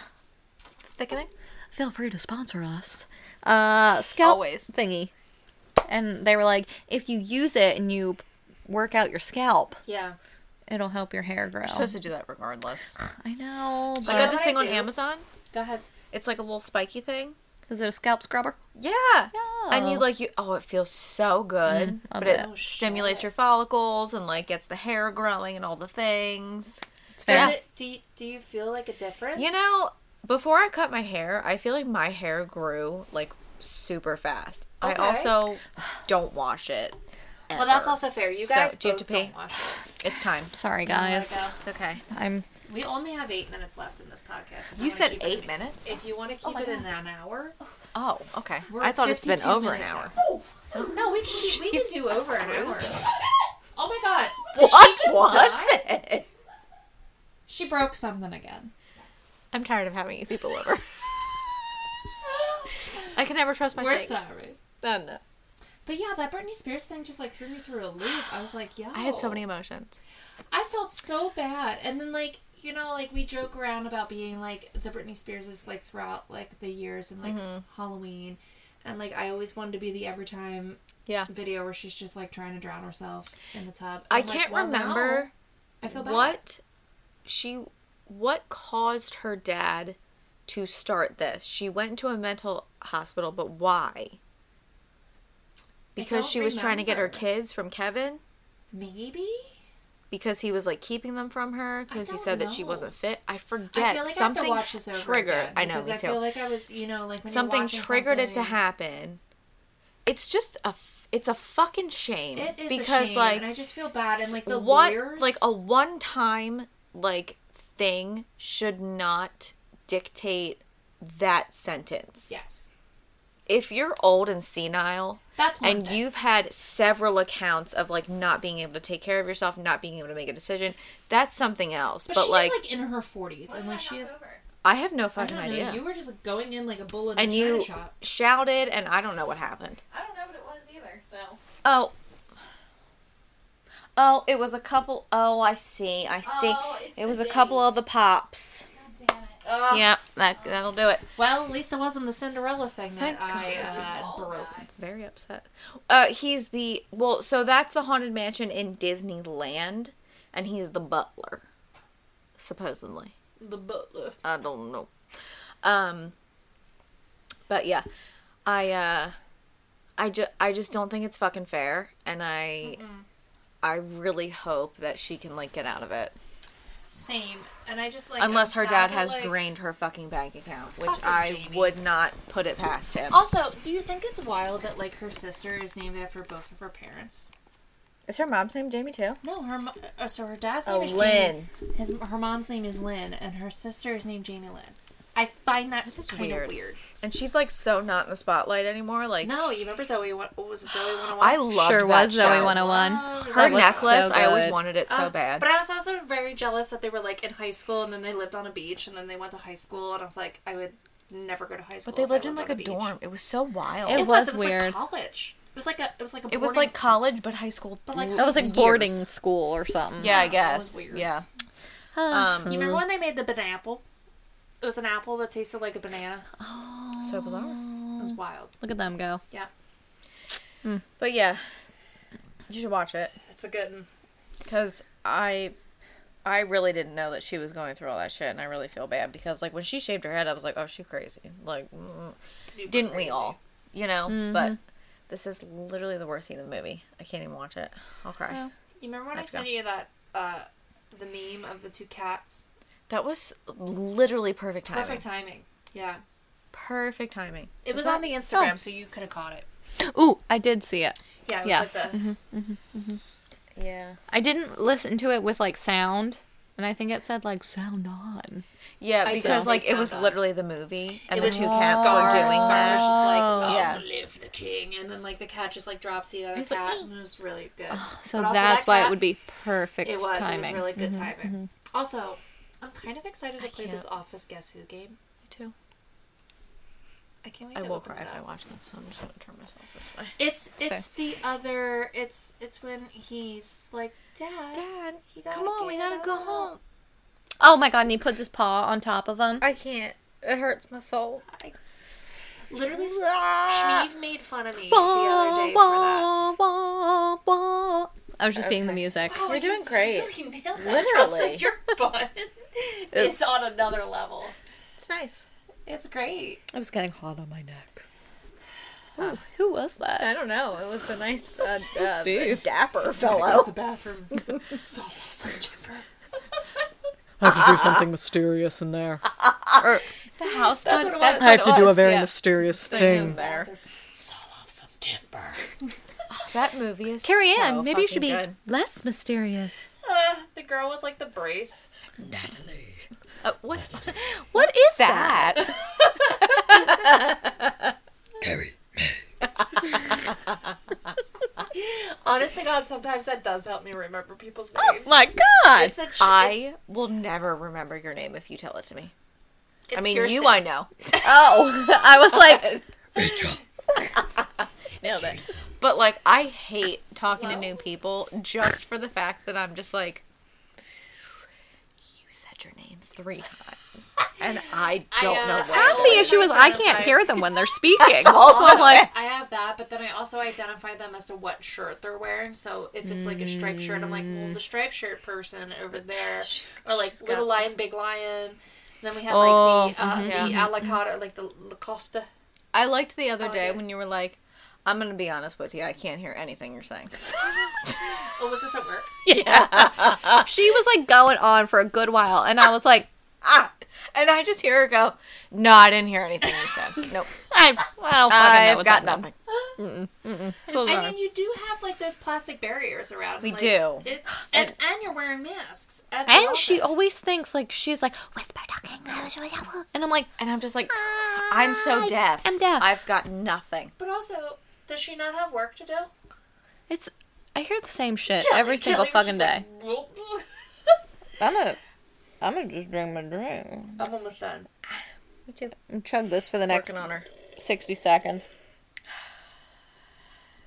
B: Thickening.
C: Feel free to sponsor us. Uh, scalp
B: Always.
C: thingy, and they were like, if you use it and you work out your scalp,
A: Yeah.
C: it'll help your hair grow.
B: You're supposed to do that regardless.
C: I know,
B: I got
C: but
A: what
B: this
A: I
B: thing on
A: do-
B: Amazon.
A: Go ahead.
B: It's like a little spiky thing.
C: is it a scalp scrubber?
B: Yeah. And you
C: No.
B: like you. Oh, it feels so good.
C: I'll
B: but
C: do
B: it
C: it.
A: Oh,
B: stimulates
A: shit.
B: your follicles and like gets the hair growing and all the things.
C: It's
A: Does
C: fair.
A: it, do, you, do you feel like a difference?
B: You know, before I cut my hair, I feel like my hair grew like super fast. I
A: Okay.
B: also don't wash it.
A: Well, that's
B: ever.
A: also fair. You
B: So,
A: guys
B: do you have
A: both
B: to pee?
A: don't wash it.
B: It's time.
C: Sorry,
A: You wanna
C: guys.
A: go?
B: It's okay.
C: I'm
A: We only have eight minutes left in this podcast. If
B: You
A: wanna
B: said
A: keep it-
B: eight minutes?
A: If you want to keep
C: Oh my
A: it in an hour,
B: Oh, okay.
A: We're
B: I
A: at
B: thought it's been
A: 52
B: over an
A: minutes
B: hour.
A: out. No, we can do, we can do over an hour. Oh my god. Did
B: What
A: she just
B: was
A: die?
B: it?
A: She broke something again.
B: I'm tired of having you people over. I can never trust my
A: We're
B: things.
A: sorry.
B: No, no.
A: But yeah, that Britney Spears thing just like threw me through a loop. I was like, yo.
B: I had so many emotions.
A: I felt so bad. And then like you know, like we joke around about being like the Britney Spears is like throughout like the years and like
B: Mm-hmm.
A: Halloween, and like I always wanted to be the every time
B: Yeah.
A: video where she's just like trying to drown herself in the tub.
B: I
A: I'm like,
B: can't
A: well, now
B: remember
A: I feel bad.
B: what she what caused her dad to start this. She went into a mental hospital, but why? Because
A: don't
B: she was trying to get her
A: remember.
B: kids from Kevin
A: Maybe.
B: because he was like keeping them from her because he
A: don't
B: said that she
A: know.
B: wasn't fit. I forget
A: I feel like
B: something
A: I have to watch this over
B: triggered.
A: again,
B: I know
A: because
B: me
A: I
B: too.
A: feel like I was, you know, like when
B: something
A: you're
B: triggered it to
A: happen.
B: happen. It's just a f- it's a fucking shame
A: It is
B: because
A: a shame,
B: like
A: and I just feel bad, and like the
B: one
A: lawyers,
B: like a one time like thing should not dictate that sentence.
A: yes,
B: If you're old and senile
A: that's one
B: and
A: thing.
B: you've had several accounts of like not being able to take care of yourself, not being able to make a decision, that's something else. But,
A: But, she's
B: like,
A: like in her forties, and like she is.
B: I have no
A: I
B: fucking
A: don't know.
B: idea.
A: You were just going in like a bull in a
B: and
A: china
B: you
A: shop.
B: shouted, and I don't know what happened.
A: I don't know what it was either. So
B: Oh. Oh, it was a couple. Oh, I see. I see.
A: Oh, it's
B: it was
A: the
B: a couple of the pops.
A: damn it. Oh.
B: Yeah, that that'll do it.
A: Well, at least it wasn't the Cinderella thing
B: Thank
A: that I uh, broke.
B: Very upset. Uh, he's the well. So that's the haunted mansion in Disneyland, and he's the butler, supposedly.
A: The butler.
B: I don't know. Um but yeah. I uh I just I just don't think it's fucking fair and I
A: Mm-hmm.
B: I really hope that she can like get out of it.
A: Same. And I just like
B: Unless
A: I'm
B: her
A: sad
B: dad
A: that,
B: has
A: like-
B: drained her fucking bank account, which
A: Fuck her,
B: I
A: Jamie.
B: would not put it past him.
A: Also, do you think it's wild that like her sister is named after both of her parents?
B: Is her mom's name Jamie too?
A: No, her mo- uh, so her dad's name
B: Oh,
A: is Jamie.
B: Lynn.
A: His her mom's name is Lynn, and her sister is named Jamie Lynn. I find that
B: is
A: kind
B: weird.
A: of weird.
B: And she's like so not in the spotlight anymore. Like
A: No, you remember Zoe? What was it? Zoe one hundred one.
B: I loved
C: sure
B: that
C: was Zoe
B: show.
C: 101.
A: Love
B: Her
C: That was
B: necklace,
C: so
B: I always
C: good.
B: wanted it so
A: Uh,
B: bad.
A: But I was also very jealous that they were like in high school and then they lived on a beach and then they went to high school and I was like, I would never go to high school.
B: But they
A: if I
B: lived in
A: on
B: like a
A: beach.
B: dorm. It was so wild.
A: It,
C: It
A: was,
C: was
A: it was
C: weird.
A: like college. It was like a it was like a
B: It was
A: boarding-
B: like college, but high school.
A: But, like,
B: l-
C: That was like
B: years.
C: boarding school or something.
B: Yeah, I
A: That was
B: guess.
A: weird.
B: Yeah.
A: you
B: Um,
A: remember when they made the banana apple? It was an apple that tasted like a banana.
B: so bizarre.
A: It was wild.
C: Look at them go.
A: Yeah.
B: But yeah, you should watch it
A: It's a good one.
B: because I, I really didn't know that she was going through all that shit, and I really feel bad because like when she shaved her head, I was like, oh, she crazy. Like, mm.
A: Super
B: didn't
A: crazy.
B: we all? You know. But this is literally the worst scene in the movie. I can't even watch it. I'll cry.
C: Oh.
A: You remember when I
B: Let's
A: sent
B: go.
A: you that uh the meme of the two cats?
B: That was literally perfect timing.
A: Perfect timing. Yeah.
B: Perfect timing.
A: It was, Oh.
B: that-
A: on the Instagram,
B: Oh.
A: so you could have caught it.
C: Ooh, I did see it.
A: Yeah, it was
C: Yes.
A: like the
B: Mm-hmm. Yeah.
C: I didn't listen to it with like sound, and I think it said like sound on.
B: Yeah,
A: I
B: because
A: don't
B: like
A: think
B: it
A: so,
B: was
A: though.
B: literally the movie, and
A: it
B: the
A: was
B: two cats were doing
A: Scar
B: that.
A: was just like, oh,
B: Yeah.
A: live the king, and then like the cat just like drops the other
B: He's like, Oh,
A: cat,
B: "Eh."
A: and it was really good.
C: So
A: But also
C: that's
A: that
C: why
A: cat-
C: it would be perfect
A: It was.
C: timing.
A: It was really good timing. Also, I'm kind of excited to
B: Mm-hmm. I
A: play this Office Guess Who game.
B: too.
A: I can't wait.
B: I
A: to
B: will
A: open
B: cry
A: it
B: if I
A: up.
B: watch this, so I'm just gonna turn myself this way.
A: It's
C: It's
A: it's the other. It's it's when he's like, Dad,
B: Dad,
A: you gotta
B: come on, we
A: get
B: gotta go
A: up."
B: home.
C: oh my god! And he puts his paw on top of him.
B: I can't. It hurts my soul.
A: Literally,
B: Ah.
A: Shmeev made fun of me the
C: Wah,
A: other day for that.
C: wah, wah, wah. I was just being the
B: Okay.
C: music.
A: Oh,
B: You're
A: you
B: doing great.
A: really nailed that. I was like,
B: Literally.
A: your butt is on another level.
B: It's nice.
A: It's great.
C: It was getting hot on my neck. Ooh, who was that?
B: I don't know. It was a nice, uh, uh,
C: Steve.
B: dapper fellow.
A: bathroom. so some timber.
D: I have to do something mysterious in there.
C: Or the house
A: That's
C: one-
A: what it
C: that's
A: was.
D: I have to do a
B: was,
D: very
B: yeah.
D: mysterious
B: Thing in
D: thing.
B: there.
A: Saw off some timber.
B: That movie is
C: Carrie
B: so
C: Ann, maybe you should be
B: fucking good.
C: less mysterious.
A: Uh, the girl with like the brace.
B: Uh, what?
C: What is that?
B: that?
A: Honest to God, sometimes that does help me remember people's names.
C: My God!
A: it's a ch- Oh it's,
B: I will never remember your name if you tell it to me.
A: it's
B: I mean,
A: Kirsten.
B: you I know.
C: Oh, I was like,
B: Nailed it. But like, I hate talking to
A: Hello?
B: new people just for the fact that I'm just like, you said your name three times, and I
A: I,
B: don't
A: uh,
B: know
A: I
B: what.
C: half
B: it
C: the
A: always
B: was.
C: issue is I can't
A: identify-
C: hear them when they're speaking.
B: also
C: so I'm like,
A: I have that, but then I also identify them as to what shirt they're wearing. So if it's like a striped shirt, I'm like, well, the striped shirt person over there, or like
B: she's got-
A: little lion, big lion. Then we had like
C: Oh,
A: the uh,
B: mhm,
A: the
B: yeah.
A: Alicata, like the La Costa.
B: I liked the other
A: Oh,
B: day
A: yeah.
B: when you were like, "I'm gonna be honest with you, I can't hear anything you're saying."
A: Oh, was this at work?
C: she was like going on for a good while, and I was like,
B: ah, and I just hear her go, "No, I didn't hear anything you said. Nope,
C: I, I don't fucking know.
B: I've
C: what's
B: got
C: going on.
B: nothing."
C: So
A: I
C: sorry.
A: mean, you do have like those plastic barriers around.
B: We
A: like,
B: do.
A: It's and, and you're wearing masks. at the
C: and she
A: office.
C: always thinks like she's like whisper talking, I was really helpful." and I'm like,
B: And I'm just like, I'm so
C: I
B: Ah, deaf.
C: am deaf.
B: I've got nothing.
A: Ah, But also, does she not have work to do?
C: it's I hear the same shit every
A: Kelly
C: single
A: was just
C: fucking day.
A: like, "Whoop."
C: I'm a I'm gonna just drink my drink
A: I'm almost done.
B: Me too.
C: and chug this for the next
B: Working on her.
C: 60 seconds.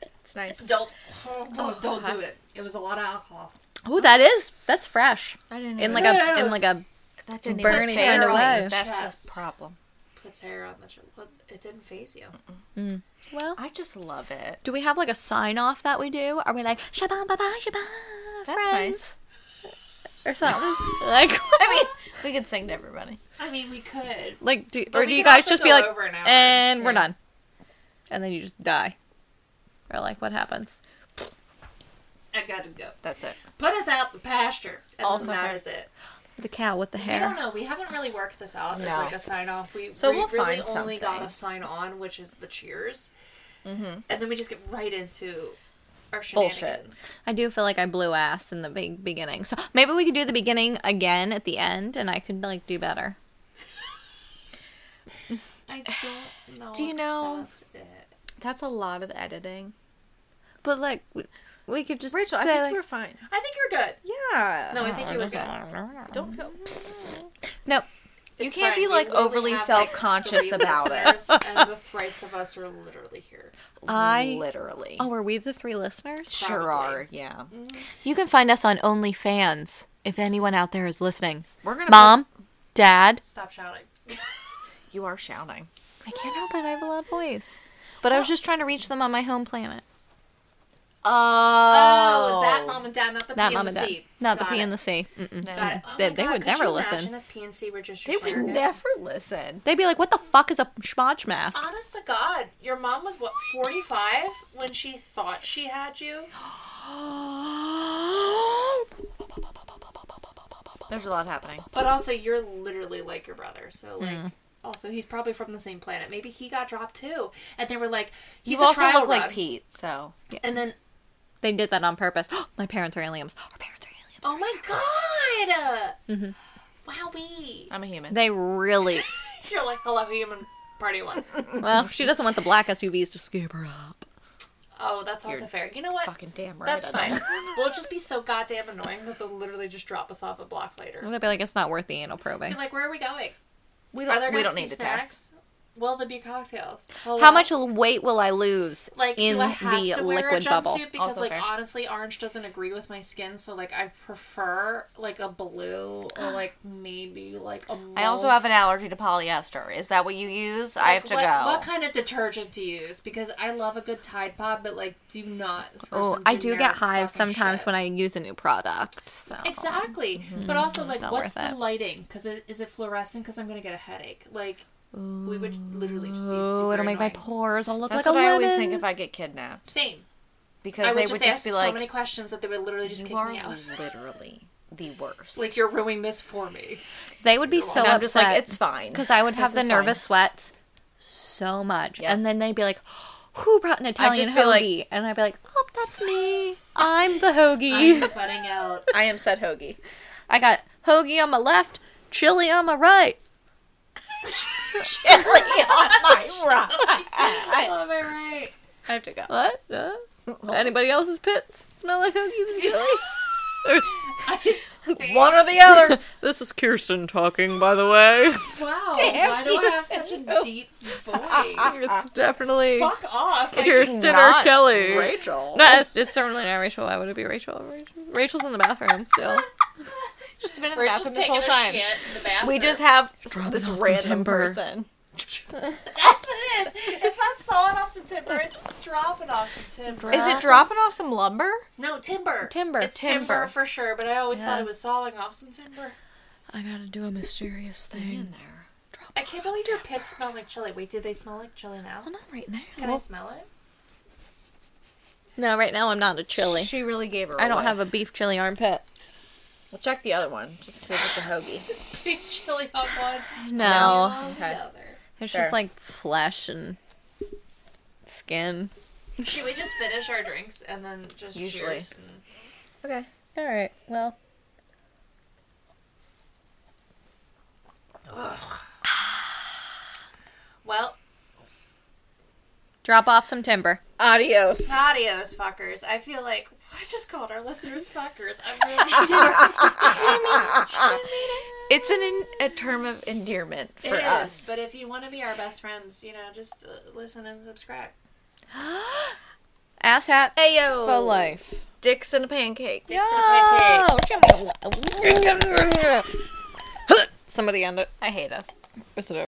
B: It's nice.
A: Don't, oh, don't do it. It was a lot of alcohol.
C: Oh, that is that's fresh
B: I didn't.
C: in like
B: a
C: a in like a
B: that didn't
C: burn
B: even
C: it
B: phase
A: kind of
B: me.
C: away.
B: That's
A: Chest.
B: a problem.
A: Puts hair on the. Ch- what? It didn't phase you.
C: well.
B: I just love it.
C: Do we have like a sign off that we do? Are we like shabam baba shabam
B: That's
C: friends or something? like I mean,
B: nice. We could sing to everybody.
A: I mean, we could.
C: like do
A: But
C: or
A: we
C: do you
A: can
C: guys
A: also
C: just
A: go
C: be like
A: over an hour.
C: and we're
B: Yeah.
C: done, and then you just die, or like what happens?
A: I gotta go.
B: That's it.
A: Put us out the pasture. And
B: Also
A: also, that
B: fair.
A: is it.
C: The cow with the
A: I
C: hair.
A: don't know. We haven't really worked this out as
B: No.
A: like a sign off. We,
B: So
A: we
B: we'll
A: really
B: find
A: only got
B: something.
A: a sign on, which is the cheers, mm-hmm. and then we just get right into our
B: Bullshit.
A: shenanigans.
C: I do feel like I blew ass in the big beginning, so maybe we could do the beginning again at the end, and I could like do better.
A: I don't know.
B: Do you
A: if
B: know-
A: That's it.
B: That's a lot of editing.
C: But like we, we could just
B: Rachel,
C: say
B: I think
C: like,
B: you were fine.
A: I think you're good.
B: Yeah.
A: No, I think you were good.
B: Don't feel.
C: no.
B: You can't be, like, overly self-conscious about it.
A: it. and the thrice of us are literally here.
C: I-
B: literally. Mm.
C: Oh, are we the three listeners?
B: sure
A: probably.
B: are. Yeah.
C: You can find us on OnlyFans if anyone out there is listening.
B: We're gonna.
C: Mom, Dad,
A: Stop shouting.
B: put- you are shouting.
C: I can't help it. I have a loud voice. But I was just trying to reach them on my home planet.
B: Oh.
A: Oh, that mom and dad, not the
C: Not
A: P
C: mom
A: and
C: and
A: the
C: dad.
A: C.
C: Not
A: Got
C: the P
A: it.
C: and the C. Mm-mm.
A: Got it. Oh
C: They-
A: my
C: they
A: God,
C: would
A: could
C: never
A: you
C: listen.
A: imagine if P and C were just
B: They
A: your
B: would
A: surrogates?
B: never listen.
C: They'd be like, what the fuck is a schmodge mask?
A: Honest to God, your mom was what forty five when she thought she had you.
B: There's a lot happening.
A: But also, you're literally like your brother. So like,
B: Mm.
A: also he's probably from the same planet. Maybe he got dropped too, and they were like, he's
B: you
A: a
B: also
A: trial
B: look like
A: rub.
B: Pete, so
A: And then,
C: they did that on purpose. my parents are aliens. Our parents are aliens.
A: oh my God,
B: Mm-hmm.
A: wowee!
B: I'm a human.
C: They really.
A: You're like, hello, human party one.
C: well, she doesn't want the black SUVs to scoop her up.
A: Oh, that's also fair. You know what?
B: Fucking damn right.
A: That's
B: I know.
A: fine. we'll just be so goddamn annoying that they'll literally just drop us off a block later.
C: They'd be like, it's not worth the anal probing.
B: Mm.
A: Be like, where are we going?
B: We
A: Are there
B: don't.
A: gonna
B: We don't
A: be
B: need to test.
A: snacks? Will there be cocktails? Hello?
C: How much weight will I lose
A: like
C: in
A: do I have
C: the
A: to wear
C: liquid
A: a jumpsuit?
C: bubble?
A: Because
B: Also
A: like
B: fair.
A: honestly, orange doesn't agree with my skin, so like I prefer like a blue or like maybe like a.
B: I also
A: mauve.
B: have an allergy to polyester. Is that what you use? I have
A: Like,
B: to
A: what,
B: go.
A: What kind of detergent do you use? Because I love a good Tide Pod, but like, do not.
C: Oh, I do get hives sometimes when I use a new product. So
A: Exactly, but also like,
C: Not
A: what's
C: worth
A: the
C: it.
A: lighting? Because it, is it fluorescent? Because I'm gonna get a headache. Like, we would literally just be.
C: Ooh,
A: super
C: it'll make my
A: annoying.
C: pores all look
B: That's
C: like
B: what
C: a
B: I
C: lemon.
B: always think if I get kidnapped
A: Same.
B: because
A: I would
B: they
A: just
B: would
A: ask
B: just be
A: so
B: like,
A: many questions that they would literally just kick
B: "You are
A: me out.
B: literally the worst."
A: Like, you're ruining this for me.
C: they would be so
B: and I'm
C: upset
B: just like, "It's fine."
C: because I would have the
B: This is
C: nervous
B: fine.
C: sweats so much,
B: Yeah.
C: and then they'd be like, "Who brought an Italian
B: be like-
C: hoagie?" and I'd be like, "Oh, that's me. I'm the
A: I'm
C: hoagie.
A: sweating out.
B: I am said hoagie.
C: I got hoagie on my left, chili on my right."
B: Chili on my rock. I
A: Oh, am I right?
B: I have to go.
C: What? Uh, anybody else's pits smell like hoagies and chili? Or-
B: One or the other.
D: This is Kirsten talking, by the way.
A: Wow.
B: Damn
A: why do I
B: you.
A: have such a deep voice?
D: It's definitely
A: Fuck off. Like,
D: Kirsten or
B: not
D: Kelly.
B: Rachel.
C: No, it's, it's certainly not Rachel. Why would it be Rachel? Rachel- Rachel's in the bathroom still.
B: Just been in the
A: we're
B: bathroom
A: just
B: this
A: taking
B: whole
A: a
B: time.
A: shit in the bathroom.
B: We just have
D: Dropping
B: this
D: off some
B: random
D: timber.
B: person.
A: That's what it is. It's not sawing off some timber, it's dropping off some timber.
B: Is it dropping off some lumber?
A: No, timber.
C: Timber.
A: It's timber,
B: Timber.
A: for sure, but I always thought it was sawing off some timber.
D: I gotta do a mysterious thing.
B: there.
A: I can't believe your pits smell like chili. Wait, do they smell like chili now?
C: Well, not right now.
A: Can I smell it?
C: No, right now I'm not a chili.
B: She really gave her.
C: I don't
B: away.
C: have a beef chili armpit.
B: Well, check the other one just to see if it's a hoagie.
A: Big chili on one,
C: No,
A: on
B: Okay.
A: the other.
C: it's
B: Sure.
C: just like flesh and skin.
A: Should we just finish our drinks and then just
B: Usually.
A: cheers? and-
B: Okay.
C: All right. Well,
A: Well,
C: drop off some timber.
B: Adios.
A: Adios, fuckers. I feel like I just called our listeners fuckers. I'm really sorry. I mean, I mean it.
B: It's an en- a term of endearment
A: It
B: for
A: is,
B: us.
A: but if you want to be our best friends, you know, just uh, listen and subscribe.
C: Ass hats
B: Ayo.
C: for life.
B: Dicks in a pancake.
C: Yo! Somebody end it.
B: I hate us.
C: Is it over?